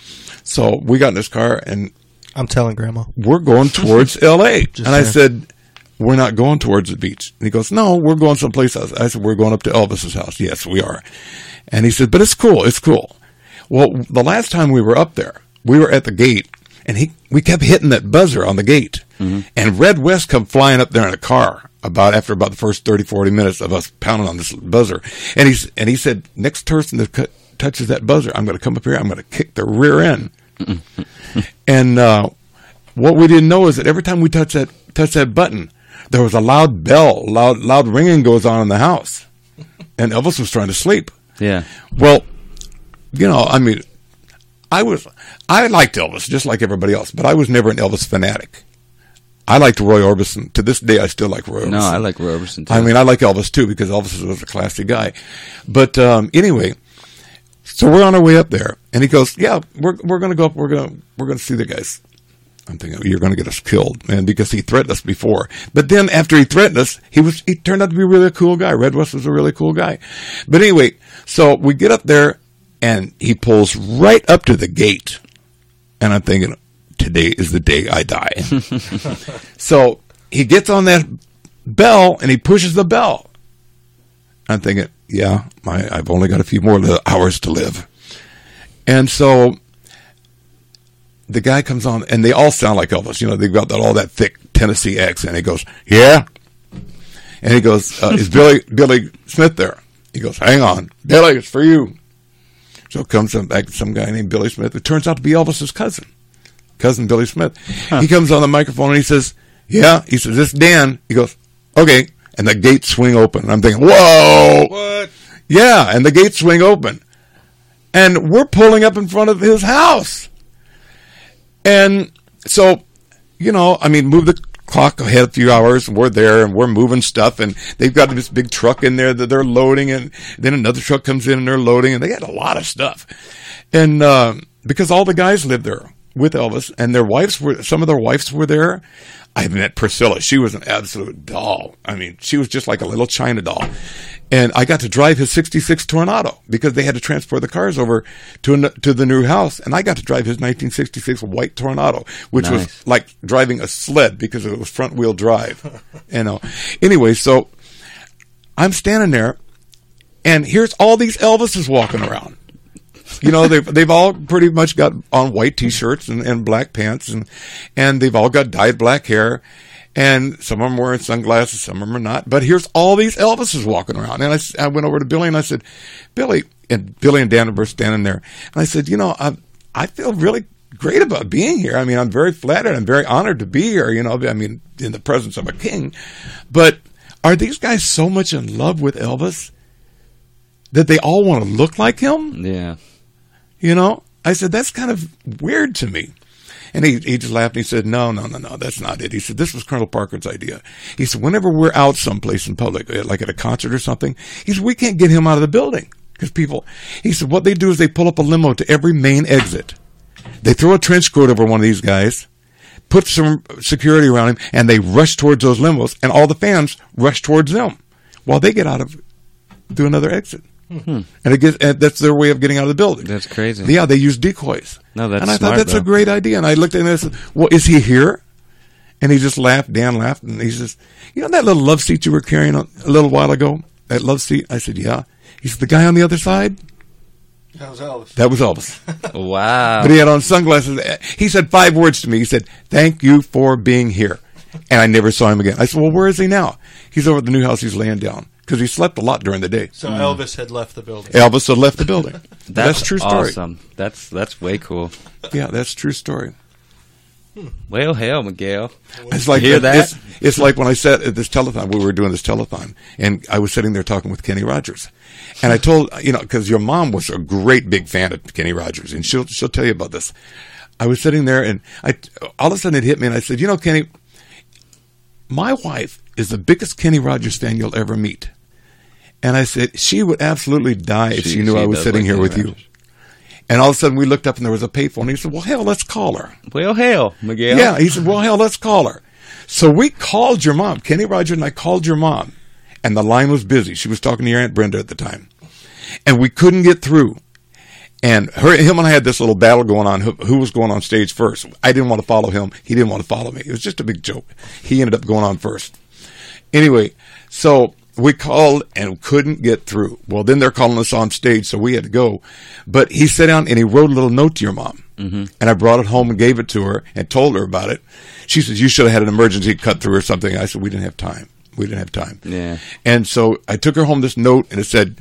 So we got in this car, and I'm telling Grandma. <laughs> we're going towards L.A. Just and I saying. said, "We're not going towards the beach." And he goes, "No, we're going someplace else." I said, "We're going up to Elvis's house." Yes, we are. And he said, "But it's cool. It's cool." Well, the last time we were up there, we were at the gate, and he we kept hitting that buzzer on the gate, Mm-hmm. and Red West come flying up there in a car. About after about the first 30, 40 minutes of us pounding on this buzzer, and he's and he said, "Next person that cu- touches that buzzer, I'm going to come up here. I'm going to kick their <laughs> rear end." And uh, what we didn't know is that every time we touched that touched that button, there was a loud bell, loud loud ringing goes on in the house, <laughs> and Elvis was trying to sleep. yeah. Well, you know, I mean, I was I liked Elvis just like everybody else, but I was never an Elvis fanatic. I liked Roy Orbison. To this day, I still like Roy. No, Orbison. I like Roberson too. I mean, I like Elvis too because Elvis was a classy guy. But um, anyway, so we're on our way up there, and he goes, "Yeah, we're we're gonna go up. We're gonna we're gonna see the guys." I'm thinking you're gonna get us killed, man, because he threatened us before. But then after he threatened us, he was he turned out to be a really cool guy. Red West was a really cool guy. But anyway, so we get up there, and he pulls right up to the gate, and I'm thinking, today is the day I die. <laughs> So he gets on that bell and he pushes the bell. I'm thinking, yeah, my, I've only got a few more li- hours to live. And so the guy comes on, and they all sound like Elvis. You know, they've got that, all that thick Tennessee accent. He goes, yeah. And he goes, uh, is Billy Billy Smith there? He goes, hang on, Billy, it's for you. So comes some, back some guy named Billy Smith, who turns out to be Elvis's cousin cousin Billy Smith. He comes on the microphone and he says, "Yeah," he says, "This is Dan." He goes, "Okay," and the gates swing open. And I'm thinking, "Whoa, What? yeah!" And the gates swing open, and we're pulling up in front of his house, and so, you know, I mean, move the clock ahead a few hours and we're there and we're moving stuff and they've got this big truck in there that they're loading and then another truck comes in and they're loading and they got a lot of stuff and uh, because all the guys lived there with Elvis, and their wives were some of their wives were there. I met Priscilla; she was an absolute doll. I mean, she was just like a little China doll. And I got to drive his '66 Tornado because they had to transport the cars over to an, to the new house, and I got to drive his 1966 white Tornado, which Nice. was like driving a sled because it was front wheel drive. <laughs> you know. Anyway, so I'm standing there, and here's all these Elvises walking around you know they've they've all pretty much got on white t-shirts and, and black pants and and they've all got dyed black hair and some of them wearing sunglasses some of them are not but here's all these elvises walking around and i, s- I went over to billy and i said billy and billy and dan were standing there and i said you know i i feel really great about being here i mean i'm very flattered i'm very honored to be here you know i mean in the presence of a king but are these guys so much in love with elvis that they all want to look like him yeah. you know, I said, that's kind of weird to me. And he, he just laughed and he said, no, no, no, no, that's not it. He said, this was Colonel Parker's idea. He said, whenever we're out someplace in public, eh, like at a concert or something, he said, we can't get him out of the building because people, he said, what they do is they pull up a limo to every main exit. They throw a trench coat over one of these guys, put some security around him, and they rush towards those limos, and all the fans rush towards them while they get out of through another exit. And it gets, and that's their way of getting out of the building. That's crazy. Yeah, they use decoys. No, that's and I smart, thought that's a though. great idea. And I looked at him and I said, "Well, is he here?" And he just laughed. Dan laughed, and he says, "You know that little love seat you were carrying on a little while ago? That love seat?" I said, "Yeah." He said, "The guy on the other side? How's Elvis? That was Elvis, <laughs> Wow. but he had on sunglasses." He said five words to me. He said, "Thank you for being here," and I never saw him again. I said, "Well, where is he now?" He's over at the new house. He's laying down. because he slept a lot during the day. So Elvis had left the building. Elvis had left the building. that's, <laughs> That's, true story. Awesome. That's that's way cool. Yeah, that's true story. Well, hell, Miguel. It's like hear that? It's, it's like when I sat at this telethon. We were doing this telethon, and I was sitting there talking with Kenny Rogers, and I told you know because your mom was a great big fan of Kenny Rogers, and she'll she'll tell you about this. I was sitting there, and I all of a sudden it hit me, and I said, you know, Kenny, my wife is the biggest Kenny Rogers fan you'll ever meet, and I said she would absolutely die if she, knew I was does sitting like here Kenny with you. Rogers. And all of a sudden, we looked up and there was a payphone. And he said, "Well, hell, let's call her." Well, hell, Miguel. Yeah, he said, "Well, hell, let's call her." So we called your mom. Kenny Rogers and I called your mom, and the line was busy. She was talking to your aunt Brenda at the time, and we couldn't get through. And her, him and I had this little battle going on. Who, who was going on stage first? I didn't want to follow him. He didn't want to follow me. It was just a big joke. He ended up going on first. Anyway, so we called and couldn't get through. Well, then they're calling us on stage, so we had to go. But he sat down and he wrote a little note to your mom. Mm-hmm. And I brought it home and gave it to her and told her about it. She says, You should have had an emergency cut through or something. I said, We didn't have time. We didn't have time. Yeah. And so I took her home this note and it said,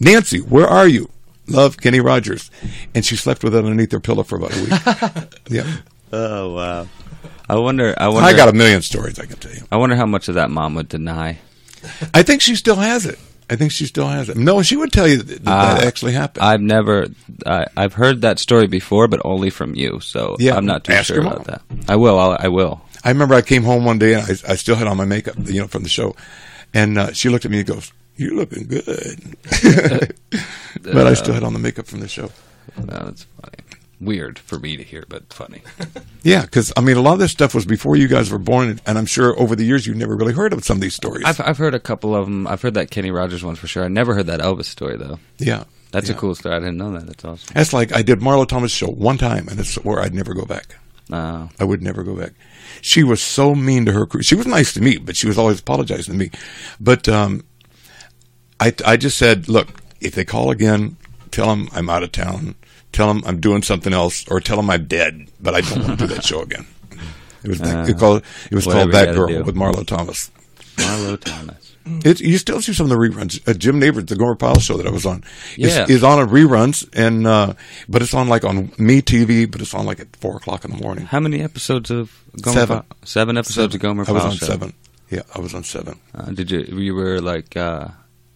Nancy, where are you? Love Kenny Rogers. And she slept with it underneath her pillow for about a <laughs> week. yeah. Oh wow. I wonder. I wonder. I got a million stories I can tell you. I wonder how much of that mom would deny. I think she still has it. I think she still has it. No, she would tell you that, that, Uh, actually happened. I've never. I, I've heard that story before, but only from you. So Yeah, I'm not too ask sure your about that. I will. I'll, I will. I remember I came home one day and I, I still had on my makeup, you know, from the show, and uh, she looked at me and goes, "You're looking good," <laughs> but I still had on the makeup from the show. No, that's funny. Weird for me to hear, but funny. Yeah, because I mean, a lot of this stuff was before you guys were born, and I'm sure over the years you never really heard of some of these stories. I've I've heard a couple of them. I've heard that Kenny Rogers one for sure. I never heard that Elvis story though. yeah, That's yeah. a cool story. I didn't know that. That's awesome. That's like I did Marlo Thomas show one time, and it's where I'd never go back. Uh, I would never go back. She was so mean to her crew. She was nice to me, but she was always apologizing to me. But um, I, I just said, look, if they call again, tell them I'm out of town. Tell them I'm doing something else, or tell them I'm dead. But I don't want to do that show again. It was that, it, called, it was Uh, whatever called you That gotta Girl do. with Marlo Thomas. Marlo Thomas. It, you still see some of the reruns. Uh, Jim Neighbors, the Gomer Pyle show that I was on, is, Yeah. is on a reruns, and uh, but it's on like on Me TV, but it's on like at four o'clock in the morning. How many episodes of Gomer Seven. Pyle- Seven episodes of Gomer I was Pyle on show. seven. Yeah, I was on seven. Uh, did you you were like uh,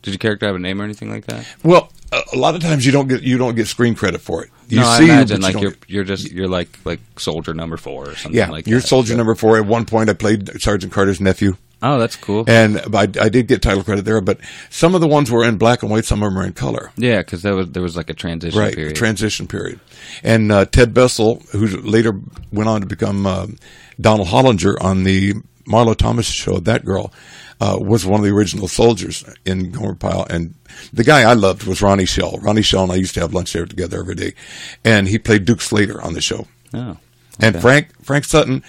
did your character have a name or anything like that? Well, a, a lot of times you don't get you don't get screen credit for it. You no, see, I imagine but like you don't you're get- you're just you're like like soldier number four or something yeah, like you're that. soldier number four. At one point, I played Sergeant Carter's nephew, Oh, that's cool. Yeah, 'cause and I, I did get title credit there. But some of the ones were in black and white, some of them are in color. yeah, because there was there was like a transition right, period. the transition period. And uh, Ted Bessel, who later went on to become uh, Donald Hollinger on the Marlo Thomas show, That Girl, uh, was one of the original soldiers in Gomer Pyle. And the guy I loved was Ronnie Shell. Ronnie Shell and I used to have lunch there together every day. And he played Duke Slater on the show. oh. And Frank Frank Sutton,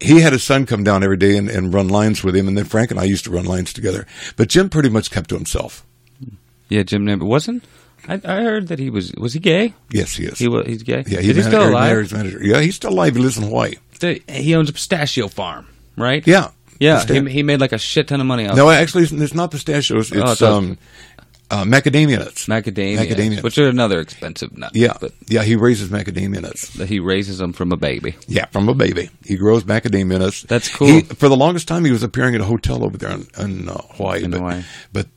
he had his son come down every day and, and run lines with him. And then Frank and I used to run lines together. But Jim pretty much kept to himself. Yeah, Jim Neighbor wasn't. I, I heard that he was was he gay? Yes, he is. He was he's gay. yeah, is he man- still Eric alive? Meyer's manager. Yeah, he's still alive. He lives in Hawaii. The- he owns a pistachio farm, right? Yeah. yeah. Pistachio. He, he made like a shit ton of money off No, actually, it's, it's not pistachios. Oh, It's it's a- um, uh, macadamia nuts. macadamia, Macadamia. which are another expensive nut. yeah, but yeah. He raises macadamia nuts. he raises them from a baby. Yeah, from a baby, he grows macadamia nuts. That's cool. He, for the longest time, he was appearing at a hotel over there in, in uh, Hawaii. In but, Hawaii. but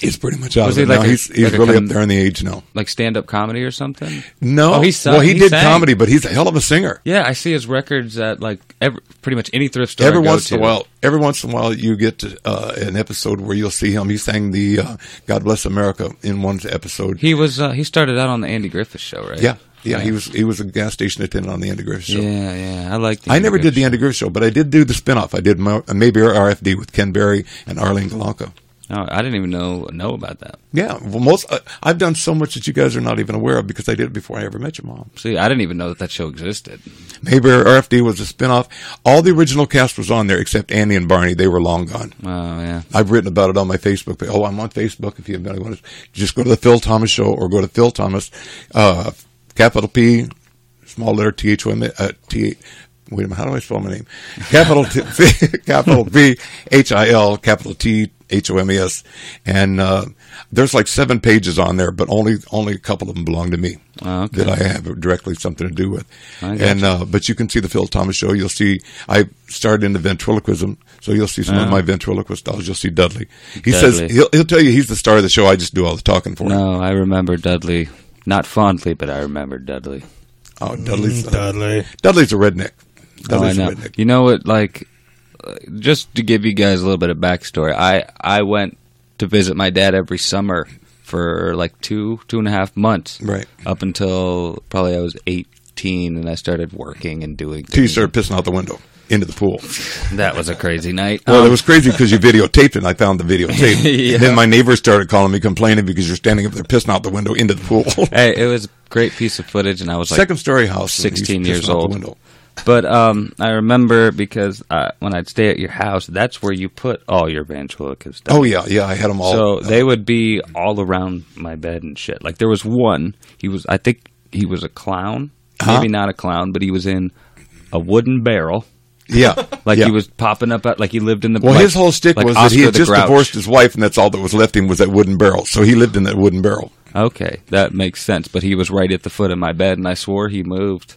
he's pretty much out Was of he it like now. a- he's he's like a really con- up there in the age now. Like stand up comedy or something. No, Oh, he sung- well, he, he did sang. comedy, but he's a hell of a singer. Yeah, I see his records at like every, pretty much any thrift store. I Every go once in to. a while, every once in a while, you get to, uh, an episode where you'll see him. He sang the uh, "God Bless America" in one episode. he was uh, he started out on the Andy Griffith Show, right? yeah, yeah, he was he was a gas station attendant on the Andy Griffith Show. Yeah, yeah. I like. The I Andy never did the Griffith Andy Griffith Show, but I did do the spinoff. I did Mo- uh, maybe RFD with Ken Berry and Arlene Galanka. Show. Oh, I didn't even know know about that. Yeah, well, most uh, I've done so much that you guys are not even aware of because I did it before I ever met your mom. See, I didn't even know that that show existed. Maybe RFD was a spinoff. All the original cast was on there except Andy and Barney. They were long gone. Oh yeah. I've written about it on my Facebook page. Oh, I'm on Facebook. If you want to, just go to the Phil Thomas Show or go to Phil Thomas, uh, capital P, small letter T H O M uh, T. <laughs> Wait a minute, how do I spell my name? Capital T, capital B H I L, capital T H O M E S, and uh, there's like seven pages on there, but only only a couple of them belong to me Oh, okay. that I have directly something to do with. I gotcha. And uh, but you can see the Phil Thomas show. You'll see I started into ventriloquism, so you'll see some of Oh. my ventriloquist dolls. You'll see Dudley. He Dudley. says he'll, he'll tell you he's the star of the show. I just do all the talking for him. No, I remember Dudley. Not fondly, but I remember Dudley. Oh, Dudley's Dudley. Dudley's a redneck. Oh, I Dudley's know. a redneck. You know what? Like, uh, just to give you guys a little bit of backstory, I I went to visit my dad every summer for like two two and a half months, Right. Up until probably I was eighteen, and I started working and doing. Till you things. started pissing out the window into <laughs> the pool. That was a crazy night. Well, Um, it was crazy because you videotaped it. and I found the videotape. <laughs> Yeah. and then my neighbors started calling me complaining because you're standing up there pissing out the window into <laughs> the pool. Hey, it was a great piece of footage, and I was like, Second story house. and he's 16 pissing years out the old. window. But um, I remember because uh, when I'd stay at your house, that's where you put all your ventriloquist stuff. Oh yeah, yeah. I had them all. So uh, they would be all around my bed and shit. Like there was one. He was, I think, he was a clown. Huh? Maybe not a clown, but he was in a wooden barrel. yeah, <laughs> Like yeah. he was popping up out. Like he lived in the. Well, like- his whole stick like was that he Oscar had the just Grouch. divorced his wife, and that's all that was left him was that wooden barrel. So he lived in that wooden barrel. Okay, that makes sense. But he was right at the foot of my bed, and I swore he moved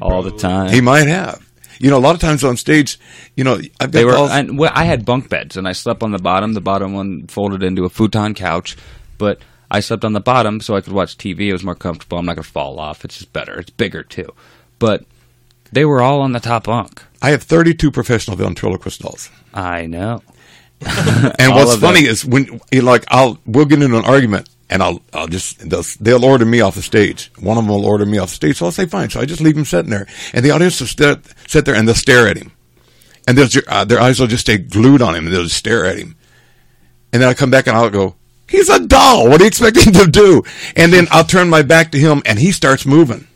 all the time. He might have. You know, a lot of times on stage, you know, I've got They were. calls- And, well, I had bunk beds, and I slept on the bottom. The bottom one folded into a futon couch, but I slept on the bottom so I could watch TV. It was more comfortable. I'm not gonna fall off. It's just better. It's bigger too. But they were all on the top bunk. I have 32 professional <laughs> ventriloquist dolls. I know. And All what's of them. funny is when you know, like I'll we'll get into an argument and I'll I'll just they'll, they'll order me off the stage. One of them will order me off the stage, so I'll say fine. So I just leave him sitting there, and the audience will sit, sit there and they'll stare at him, and they'll, ju- uh, their eyes will just stay glued on him and they'll just stare at him, and then I come back and I'll go. He's a doll. What do you expect him to do? And then I'll turn my back to him and he starts moving.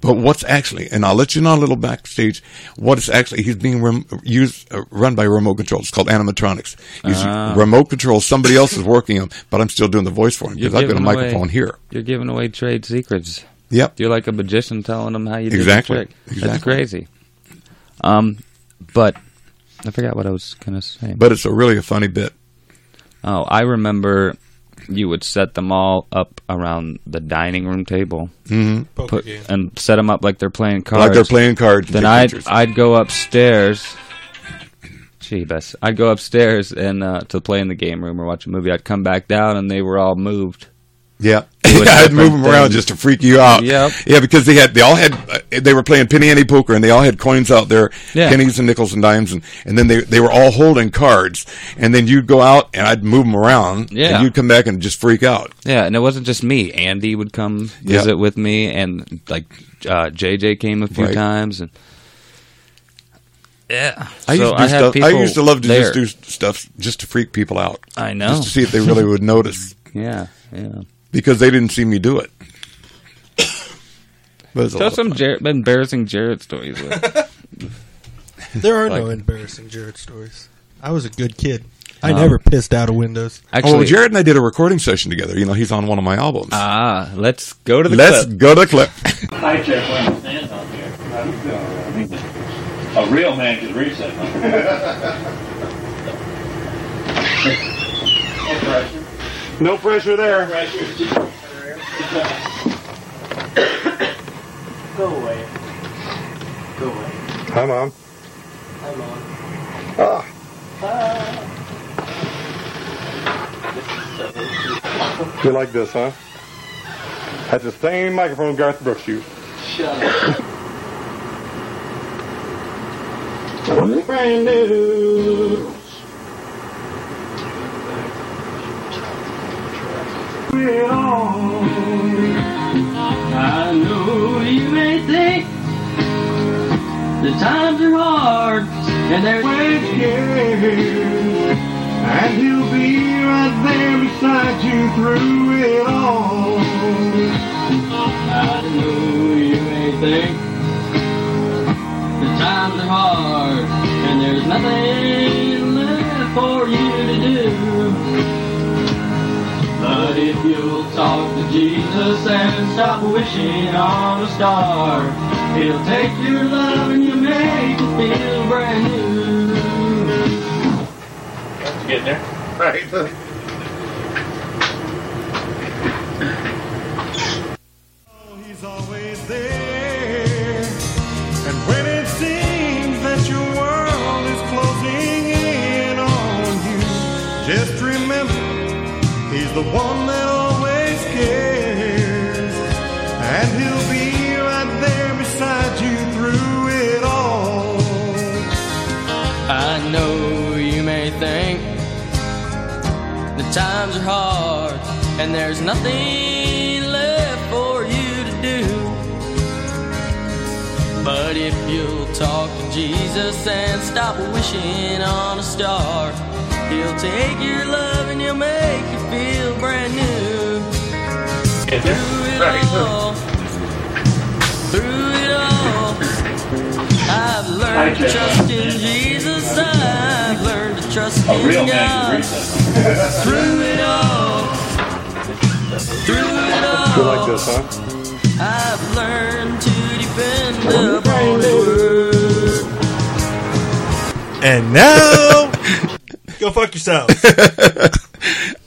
But what's actually, and I'll let you know a little backstage, what is actually, he's being rem- used, uh, run by remote control. It's called animatronics. He's Ah. remote control. Somebody else is working him, but I'm still doing the voice for him because You're I've got a giving away- microphone here. You're giving away trade secrets. Yep. You're like a magician telling them how you did Exactly. the trick. Exactly. That's crazy. Um, but I forgot what I was gonna say. But it's a really a funny bit. Oh, I remember you would set them all up around the dining room table Poker put, <laughs> game. and set them up like they're playing cards. Like they're playing cards. and Then take I'd, pictures. I'd go upstairs. Gee, Bess. I'd go upstairs and uh, to play in the game room or watch a movie. I'd come back down and they were all moved. <laughs> Yeah, Do a I'd move different them around thing. just to freak you out. Yep. Yeah, because they had they all had uh, they were playing penny ante poker and they all had coins out there, Yeah. pennies and nickels and dimes, and, and then they they were all holding cards, and then you'd go out and I'd move them around, Yeah. and you'd come back and just freak out. Yeah, and it wasn't just me. Andy would come Yeah. visit with me, and like uh, JJ came a few Right. times, and yeah. I so used to do had stuff. I people used to love to there. Oh. just do stuff just to freak people out, I know. just to see if they really <laughs> would notice Yeah, yeah. because they didn't see me do it. But it's a Tell lot of some fun. Jar- embarrassing Jared stories. <laughs> Like. There are no Like- embarrassing Jared stories. I was a good kid. I never pissed out of windows. Oh, well, Actually, Jared and I did a recording session together. You know, he's on one of my albums. ah, let's go to the Let's clip. go to clip. I check when the sand's on there. A real man can reach that. No pressure there. Go away. Go away. Hi, Mom. Hi, Mom. Ah, you like this, huh? That's the same microphone Garth Brooks used. Shut up. Brand new. I know you may think the times are hard and they're And he'll be right there beside you through it all. I know you may think the times are hard and there's nothing left for you to do. But if you'll talk to Jesus and stop wishing on a star, He'll take your love and you make it feel brand new. Get getting there. Right. He's always there. And when it seems that your world is closing in on you, just remember he's the one that always cares. And he'll be right there beside you through it all. I know you may think the times are hard and there's nothing left for you to do. But if you'll talk to Jesus and stop wishing on a star, He'll take your love and He'll make you feel brand new. Get there. Through it all, through it all, I've learned to trust in Jesus. I've learned to trust A real man in can God. reach that number. Through it all, through it all, I've learned to depend upon His word. And now, <laughs> go fuck yourself.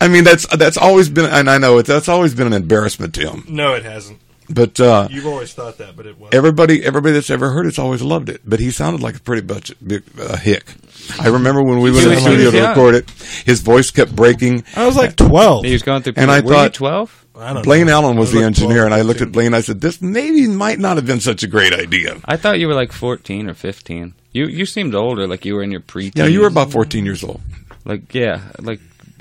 I mean, that's that's always been, and I know it. That's always been an embarrassment to him. No, it hasn't. But uh, You've always thought that, but it wasn't. everybody, everybody that's ever heard it's always loved it. But he sounded like a pretty much big uh, hick. I remember when we went in the was- he studio was to young. record it, his voice kept breaking. I was <laughs> like 12. He was going through. And I were you thought- twelve? I don't Blaine know. Allen was I the like 12, engineer, and I looked at 13. Blaine. I said, "This maybe might not have been such a great idea." I thought you were like fourteen or fifteen. You you seemed older, like you were in your pre. Yeah, you were about 14 years old. like yeah, like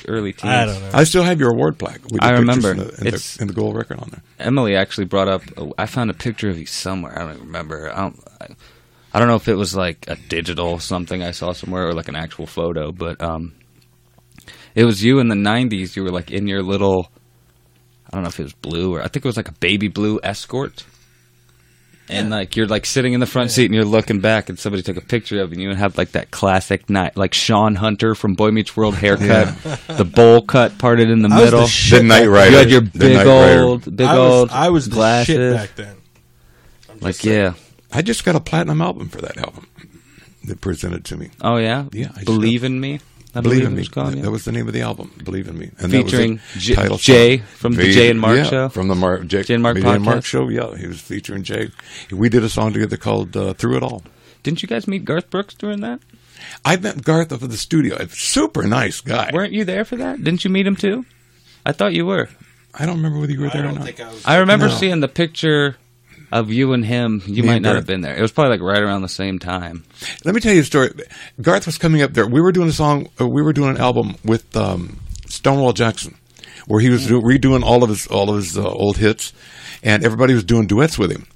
early teens. I don't know. I still have your award plaque. With I your pictures remember. in the, in the- It's- in the gold record on there. Emily actually brought up. I found a picture of you somewhere. I don't even remember. I don't. I, I don't know if it was like a digital something I saw somewhere or like an actual photo, but um, it was you in the '90s. You were like in your little. I don't know if it was blue or I think it was like a baby blue escort. And like you're like sitting in the front seat and you're looking back and somebody took a picture of you and you have like that classic night like Sean Hunter from Boy Meets World haircut, the bowl cut parted in the I was middle. the shit Knight back Rider. You then. had your The big Knight Rider. old, big I old was, I was the glasses. shit back then. like yeah, I just got a platinum album for that album that presented to me. oh yeah, Yeah, I believe in me. I Believe in it me. was called, yeah. That was the name of the album. Believe in me. And Featuring that was J- the title Jay song. from the Jay and Mark yeah, show? From the Mar- Jay, Jay and Mark Jay and podcast? Mark show. Yeah, he was featuring Jay. We did a song together called uh, "Through It All." Didn't you guys meet Garth Brooks during that? I met Garth up at the studio. A super nice guy. Weren't you there for that? Didn't you meet him too? I thought you were. I don't remember whether you were I there or don't not. think I was. I remember No. seeing the picture of you and him. You Me might and not Garth. have been there. It was probably like right around the same time. Let me tell you a story. Garth was coming up there. We were doing a song. uh, We were doing an album with um, Stonewall Jackson, where he Hmm. was do- redoing all of his all of his uh, old hits, and everybody was doing duets with him.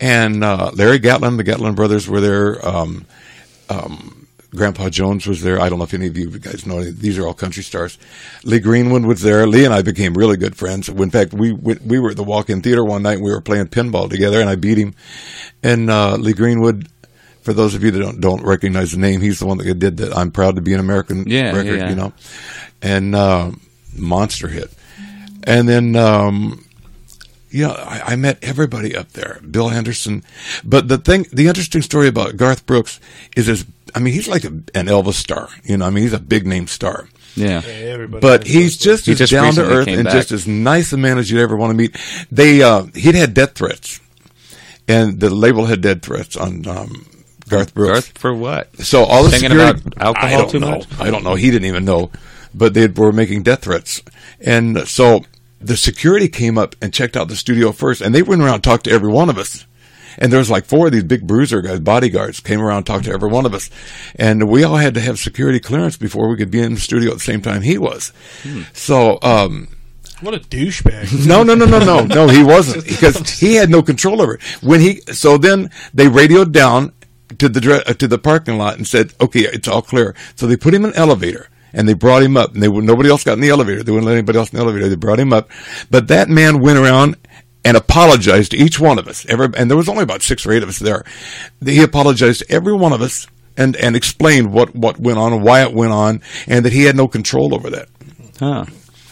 And uh, Larry Gatlin, the Gatlin brothers, were there. Um, um, Grandpa Jones was there. I don't know if any of you guys know. any- These are all country stars. Lee Greenwood was there. Lee and I became really good friends. In fact, we went, we were at the Walk-in Theater one night. and We were playing pinball together, and I beat him. And uh, Lee Greenwood, for those of you that don't don't recognize the name, he's the one that did that. I'm proud to be an American Yeah, yeah, record, yeah. you know, and uh, monster hit. And then um, you know, I, I met everybody up there. Bill Anderson, but the thing, the interesting story about Garth Brooks is, is I mean, he's like a, an Elvis star. You know, I mean, he's a big name star, Yeah. Everybody but knows he's that. just He as just down to recently earth came and back. just as nice a man as you'd ever want to meet. They uh, he'd had death threats, and the label had death threats on um, Garth Brooks. Garth for what? So all the Thinking security, about alcohol I don't too know. much? I don't know. He didn't even know, but they were making death threats, and so the security came up and checked out the studio first, and they went around and talked to every one of us. And there was like four of these big bruiser guys, bodyguards, came around and talked to every one of us, and we all had to have security clearance before we could be in the studio at the same time he was. Hmm. So um, What a douchebag. <laughs> no, no, no, no, no, no. He wasn't because he had no control over it. When he so then they radioed down to the dre- uh, to the parking lot and said, "Okay, it's all clear." So they put him in an elevator and they brought him up. And they would- nobody else got in the elevator. They wouldn't let anybody else in the elevator. They brought him up, but that man went around and apologized to each one of us. Every, and there was only about six or eight of us there. He apologized to every one of us and and explained what what went on and why it went on, and that he had no control over that. Huh.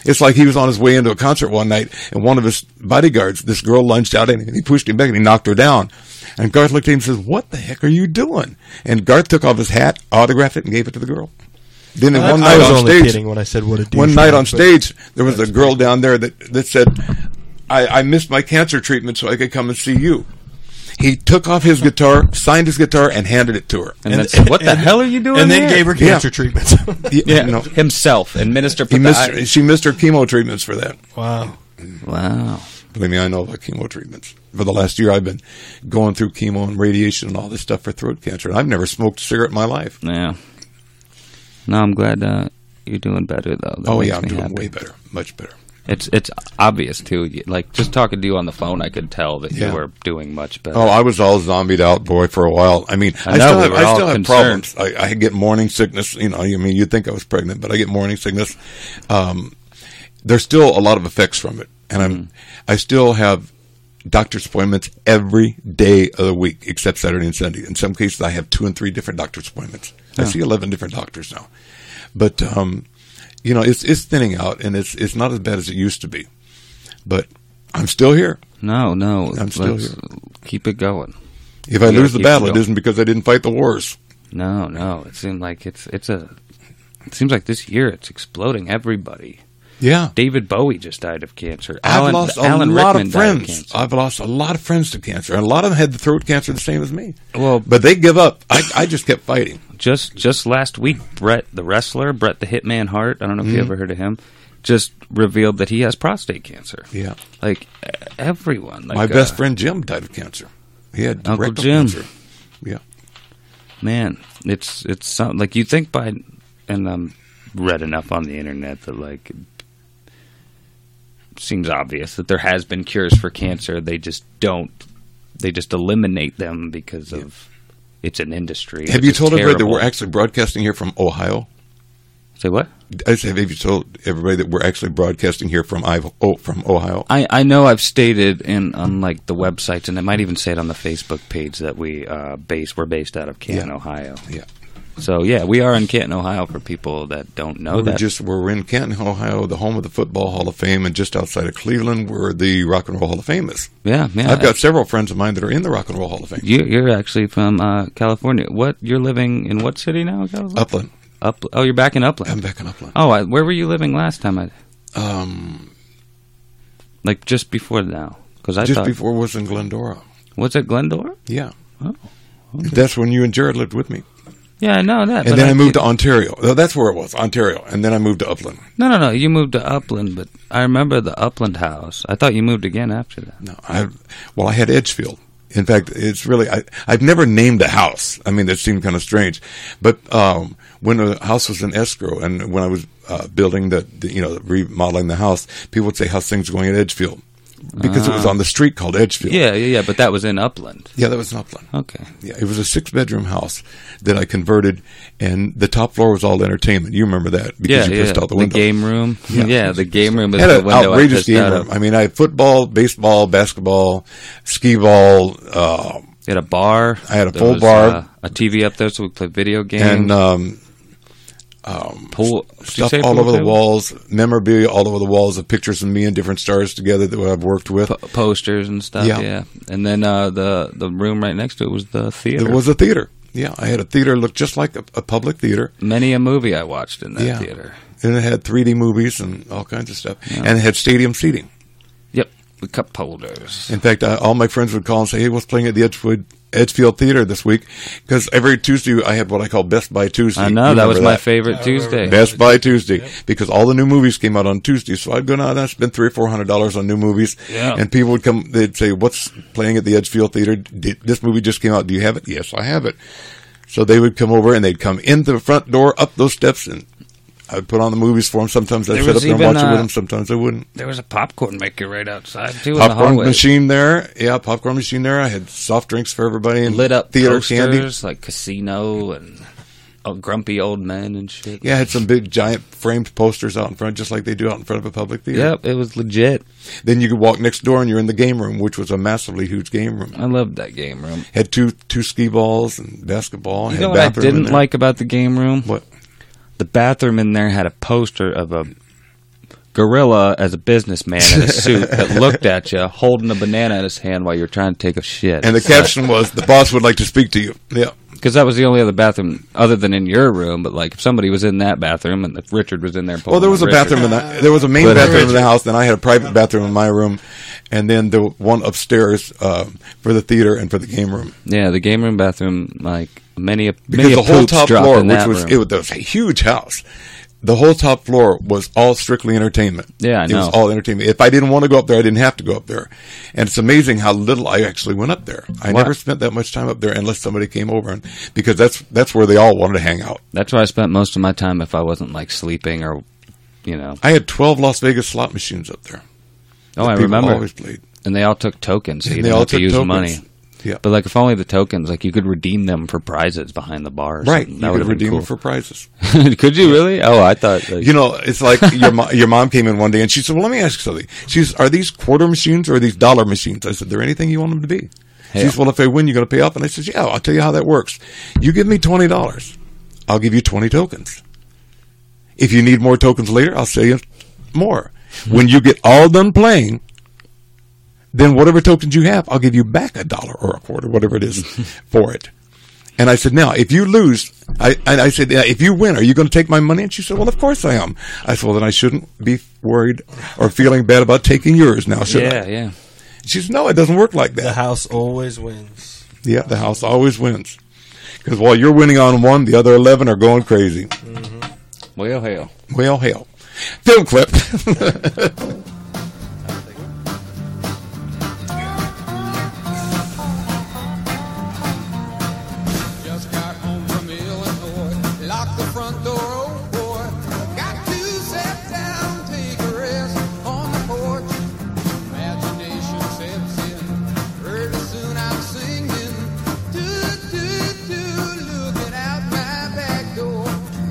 It's like he was on his way into a concert one night, and one of his bodyguards, this girl, lunged out at him, and he pushed him back, and he knocked her down. And Garth looked at him and says, "What the heck are you doing?" And Garth took off his hat, autographed it, and gave it to the girl. Then I, one I night was on only stage, kidding when I said what a douche one night was, on but- stage, there was a girl down there that, that said, I, I missed my cancer treatment so I could come and see you. He took off his guitar, signed his guitar, and handed it to her. And that's, what the hell are you doing? and then here? gave her Yeah. cancer <laughs> treatment. He- yeah, you know, himself and minister. he put the missed, eye- she missed her chemo treatments for that. wow. Wow. Believe me, I know about chemo treatments. For the last year, I've been going through chemo and radiation and all this stuff for throat cancer, and I've never smoked a cigarette in my life. Yeah. No, I'm glad uh, you're doing better though. That oh makes yeah, I'm me doing happy. way better, much better. It's it's obvious too. You- Like just talking to you on the phone, I could tell that Yeah. you were doing much better. Oh, I was all zombied out, boy, for a while. I mean, I I, know, still we have, were I all still have concerned. problems. I, I get morning sickness. You know, I mean, you'd think I was pregnant, but I get morning sickness. Um, there's still a lot of effects from it, and I'm Mm-hmm. I still have doctor's appointments every day of the week except Saturday and Sunday. In some cases, I have two and three different doctor's appointments. I see eleven different doctors now, but um, you know, it's it's thinning out, and it's it's not as bad as it used to be, but. I'm still here. no, no. I'm still let's here. Keep it going. If I Yeah, lose the keep battle, it going. isn't because I didn't fight the wars. No, no. It seemed like it's it's a. It seems like this year it's exploding. Everybody. Yeah. David Bowie just died of cancer. I've Alan, lost a Alan lot Rickman of died of friends. cancer. I've lost a lot of friends to cancer, and a lot of them had the throat cancer the same as me. Well- but they give up. I, I just kept fighting. just just last week, Brett the wrestler, Brett the Hitman Hart. I don't know if you Mm-hmm. ever heard of him. Just revealed that he has prostate cancer. Yeah, Like e- everyone. Like, my best uh, friend Jim died of cancer. He had Uncle rectal Jim. cancer. Yeah, man. It's it's some, like you think by, and I'm read enough on the internet that like seems obvious that there has been cures for cancer. They just don't. They just eliminate them because of it's an industry. have It's you just told everybody that terrible. we're actually broadcasting here from Ohio? say what? I said, have you told everybody that we're actually broadcasting here from Ivo- oh, from Ohio? I, I know I've stated in on like the websites, and I might even say it on the Facebook page that we uh, base we're based out of Canton, Yeah. Ohio. Yeah. So yeah, we are in Canton, Ohio. For people that don't know we're Oh, that, just we're in Canton, Ohio, the home of the Football Hall of Fame, and just outside of Cleveland, where the Rock and Roll Hall of Fame is. yeah, yeah. Mm-hmm. I've got several friends of mine that are in the Rock and Roll Hall of Fame. you, you're actually from uh, California. What you're living in? What city now? California? Upland, Up- Oh, you're back in Upland. I'm back in Upland. oh, I, where were you living last time? I, Um, like just before now, because I just thought before was in Glendora. was it Glendora? Yeah. Oh, That's when you and Jared lived with me. Yeah, I know that. And but then I moved to Ontario. No, that's where it was, Ontario. And then I moved to Upland. No, no, no. You moved to Upland, but I remember the Upland house. I thought you moved again after that. No, I well, I had Edgefield. In fact, it's really I, I've never named a house. I mean, that seemed kind of strange. But um, when the house was in escrow, and when I was uh, building the, the, you know, remodeling the house, people would say, "How's things going at Edgefield?" Because it was on the street called Edgefield. Ah. Yeah, yeah, yeah, but that was in Upland. yeah, that was in Upland. Okay. Yeah, it was a six bedroom house that I converted, and the top floor was all entertainment. You remember that Yeah, because you yeah. pissed out the the window. game room. Yeah, Yeah. the game room is had the an window I outrageous pissed game out room. of. I mean, I had football, baseball, basketball, skee ball, uh, It had a bar. I had a There full was, bar. uh, a TV up there, so we played video games. and um, pool did you stuff say all pool over the table? walls, memorabilia all over the walls of pictures of me and different stars together that I've worked with. Po- posters and stuff. Yeah. Yeah. And then uh, the the room right next to it was the theater. There was a theater. Yeah, I had a theater looked just like a, a public theater. many a movie I watched in that Yeah. theater. And it had 3D movies and all kinds of stuff. And it had stadium seating. Yep, the cup holders. In fact, I, all my friends would call and say, "Hey, what's playing at the Edgewood Edgefield Theater this week?" Because every Tuesday I had what I call Best Buy Tuesday. I You know that was remember my favorite Tuesday. Best Buy Tuesday because all the new movies came out on Tuesday. So I'd go down and I'd spend three or four hundred dollars on new movies. Yeah. And people would come. They'd say, "What's playing at the Edgefield Theater? Did, this movie just came out. Do you have it?" Yes, I have it. So they would come over and they'd come in the front door, up those steps, and I'd put on the movies for them. Sometimes I'd There sit up was there and even, watch it uh, with them. Sometimes I wouldn't. There was a popcorn maker right outside too in the popcorn hallway. machine there. Yeah, popcorn machine there. I had soft drinks for everybody and Lit up theater candy. posters like Casino and oh, Grumpy Old Men and shit. Yeah, I had some big giant framed posters out in front, just like they do out in front of a public theater. Yep, it was legit. Then you could walk next door and you're in the game room, which was a massively huge game room. I loved that game room. Had two two ski balls and basketball. You had know what I bathroom in didn't there. like about the game room? What? The bathroom in there had a poster of a gorilla as a businessman in <laughs> a suit that looked at you holding a banana in his hand while you're trying to take a shit. And the caption was, "The boss would like to speak to you." Yeah, because that was the only other bathroom other than in your room. But like, if somebody was in that bathroom and if Richard was in there, Well, there pulling was a on Oh, Richard- bathroom in the there was a main But- bathroom in the house. Then I had a private bathroom in my room, and then the one upstairs uh, for the theater and for the game room. Yeah, the game room bathroom, like many a Because many a the whole poops top dropped floor, in which that was room. it was a huge house, the whole top floor was all strictly entertainment. Yeah, I it was know. all entertainment. If I didn't want to go up there, I didn't have to go up there. And it's amazing how little I actually went up there. I Wow. never spent that much time up there unless somebody came over, and, because that's that's where they all wanted to hang out. That's where I spent most of my time if I wasn't like sleeping or, you know. I had twelve Las Vegas slot machines up there. Oh, I that people remember. always played. And they all took tokens. So And you they didn't all have to took use tokens. money. Yeah. But like, if only the tokens, like you could redeem them for prizes behind the bar. Or Right, something. you that could would redeem cool. it for prizes. <laughs> could you really? Oh, I thought. Like, You know, it's like your mo- your mom came in one day and she said, "Well, let me ask you something." She says, "Are these quarter machines or are these dollar machines?" I said, "They're anything you want them to be." She Yeah. says, "Well, if I win, you're going to pay up." And I says, "Yeah, I'll tell you how that works. You give me twenty dollars, I'll give you twenty tokens. If you need more tokens later, I'll sell you more. When you get all done playing." Then whatever tokens you have, I'll give you back a dollar or a quarter, whatever it is, for it. And I said, now, if you lose, I, and I said, yeah, if you win, are you going to take my money? And she said, well, of course I am. I said, well, then I shouldn't be worried or feeling bad about taking yours now, should yeah, I? yeah. She said, no, it doesn't work like The <laughs> that. house always wins. yeah, the house always wins. Because while you're winning on one, the other 11 are going crazy. Well, hell. Well, hell. Film clip. Uh, Just got home from Illinois. Lock the front door, oh boy. Got to sit down, take a rest on the porch. Imagination sets in. Pretty soon I'm singing. Do, do, do, looking out my back door.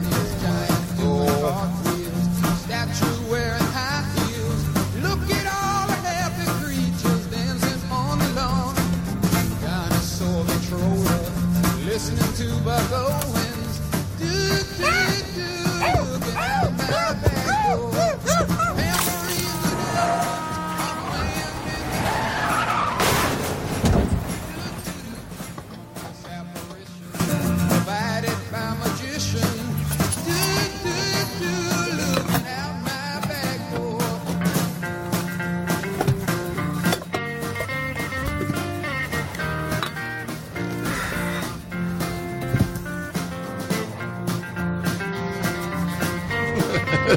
This giant doing cartwheels. Statue wearing high heels. Look at all the happy creatures dancing on the lawn dinosaur controller, listening to Buck Owens. Do, do, do, looking out my back door. Memories of this apparition, provided by magician. Do, do, do, looking out my back door.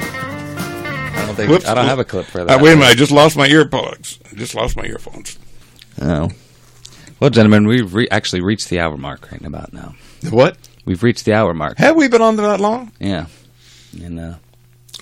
I don't, think, Whoops. I don't have a clip for Uh, that. wait a minute, I just lost my earplugs. I just lost my earphones. Oh. Well, gentlemen, we've re- actually reached the hour mark right about now. What? We've reached the hour mark. Have we been on that long? Yeah. And uh,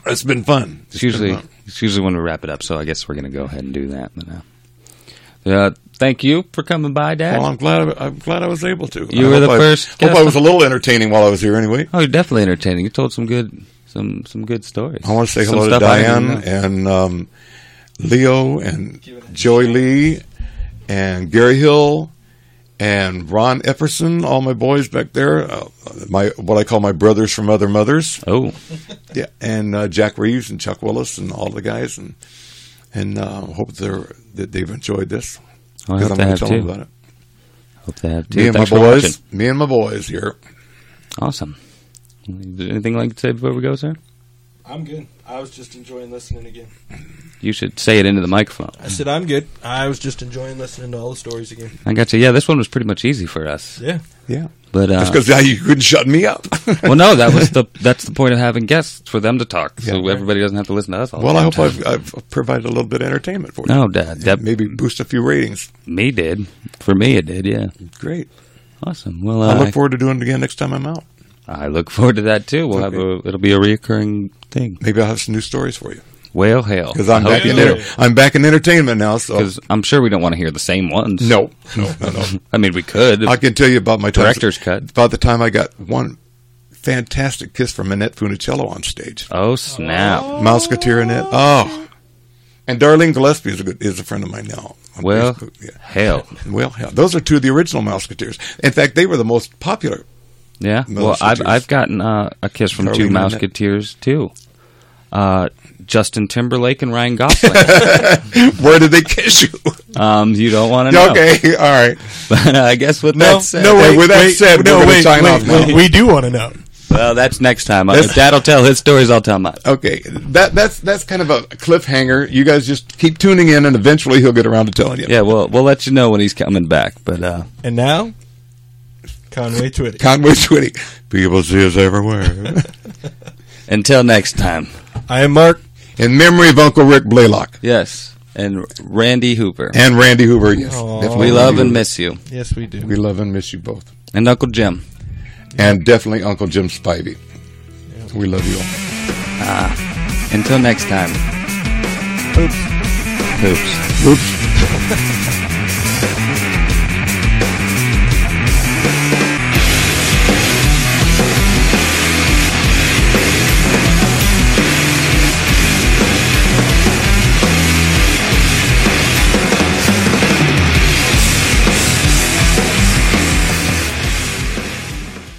It's been fun. It's been usually fun. it's usually when we wrap it up, so I guess we're going to go ahead and do that. But uh, uh, thank you for coming by, Dad. Well, I'm glad. I'm glad I was able to. You I were the hope I- first Hope guest I on- was a little entertaining while I was here. Anyway, oh, you're definitely entertaining. You told some good some some good stories. I want to say Some hello to stuff I didn't Diane know. and um, Leo and Joey Lee and Gary Hill and Ron Efferson, all my boys back there. Uh, my what I call my brothers from other mothers. Oh, Yeah, and uh, Jack Reeves and Chuck Willis and all the guys and and uh, hope they're that they've enjoyed this well, I 'Cause hope I'm they gonna have tell them too. about it. Hope they have too. Me and my Thanks for boys, watching. me and my boys here. Awesome. Is there Anything like to say before we go, sir? I'm good. I was just enjoying listening again. You should say it into the microphone. I said I'm good. I was just enjoying listening to all the stories again. I got you. Yeah, this one was pretty much easy for us. Yeah. Yeah, But uh, just because you couldn't shut me <laughs> up. well, no, that was the that's the point of having guests for them to talk, so Yeah, right. everybody doesn't have to listen to us all. Well, the I damn hope time. I've, I've provided a little bit of entertainment for you. No, Dad, And that- maybe boost a few ratings. me did. For me, it did. Yeah. Great. Awesome. Well, I uh, look forward to doing it again next time I'm out. I look forward to that too. We'll have a it'll be a reoccurring thing. Maybe I'll have some new stories for you Well, hell, because I I'm hope back you in do. enter- I'm back in entertainment now. So 'Cause I'm sure we don't want to hear the same ones. no, no, no, <laughs> no. I mean we could. I can tell you about my time- Director's cut. About the time I got one fantastic kiss from Annette Funicello on stage, oh snap! Mouseketeer Annette. Oh, and Darlene Gillespie is a good, is a friend of mine now. on Well, Facebook, yeah. hell, well, hell, those are two of the original Mouseketeers. In fact, they were the most popular. yeah. Well, I've Mouseketeers. I've gotten uh, a kiss from Are two we doing that? Mouseketeers too. Uh, Justin Timberlake and Ryan Gosling. <laughs> Where did they <laughs> kiss you? Um, you don't want to know. Okay, all right. <laughs> But uh, I guess with No, that said, no, wait, with that said, we're gonna sign off now. We do want to know. well, that's next time. That's- if Dad'll tell his stories, I'll tell mine. Okay, that that's that's kind of a cliffhanger. You guys just keep tuning in, and eventually he'll get around to telling you. Yeah, well, we'll let you know when he's coming back. But uh, And now, Conway Twitty. Conway Twitty, people see us everywhere. until next time, I am Mark. <laughs> in memory of Uncle Rick Blaylock yes, and Randy Hooper, and Randy Hoover. Yes, Aw. definitely we love and Randy miss you, Yes, we do. Hoover. We love and miss you both, and Uncle Jim. and definitely Uncle Jim Spivey. We love you all. Until next time, hoops, hoops. Oops.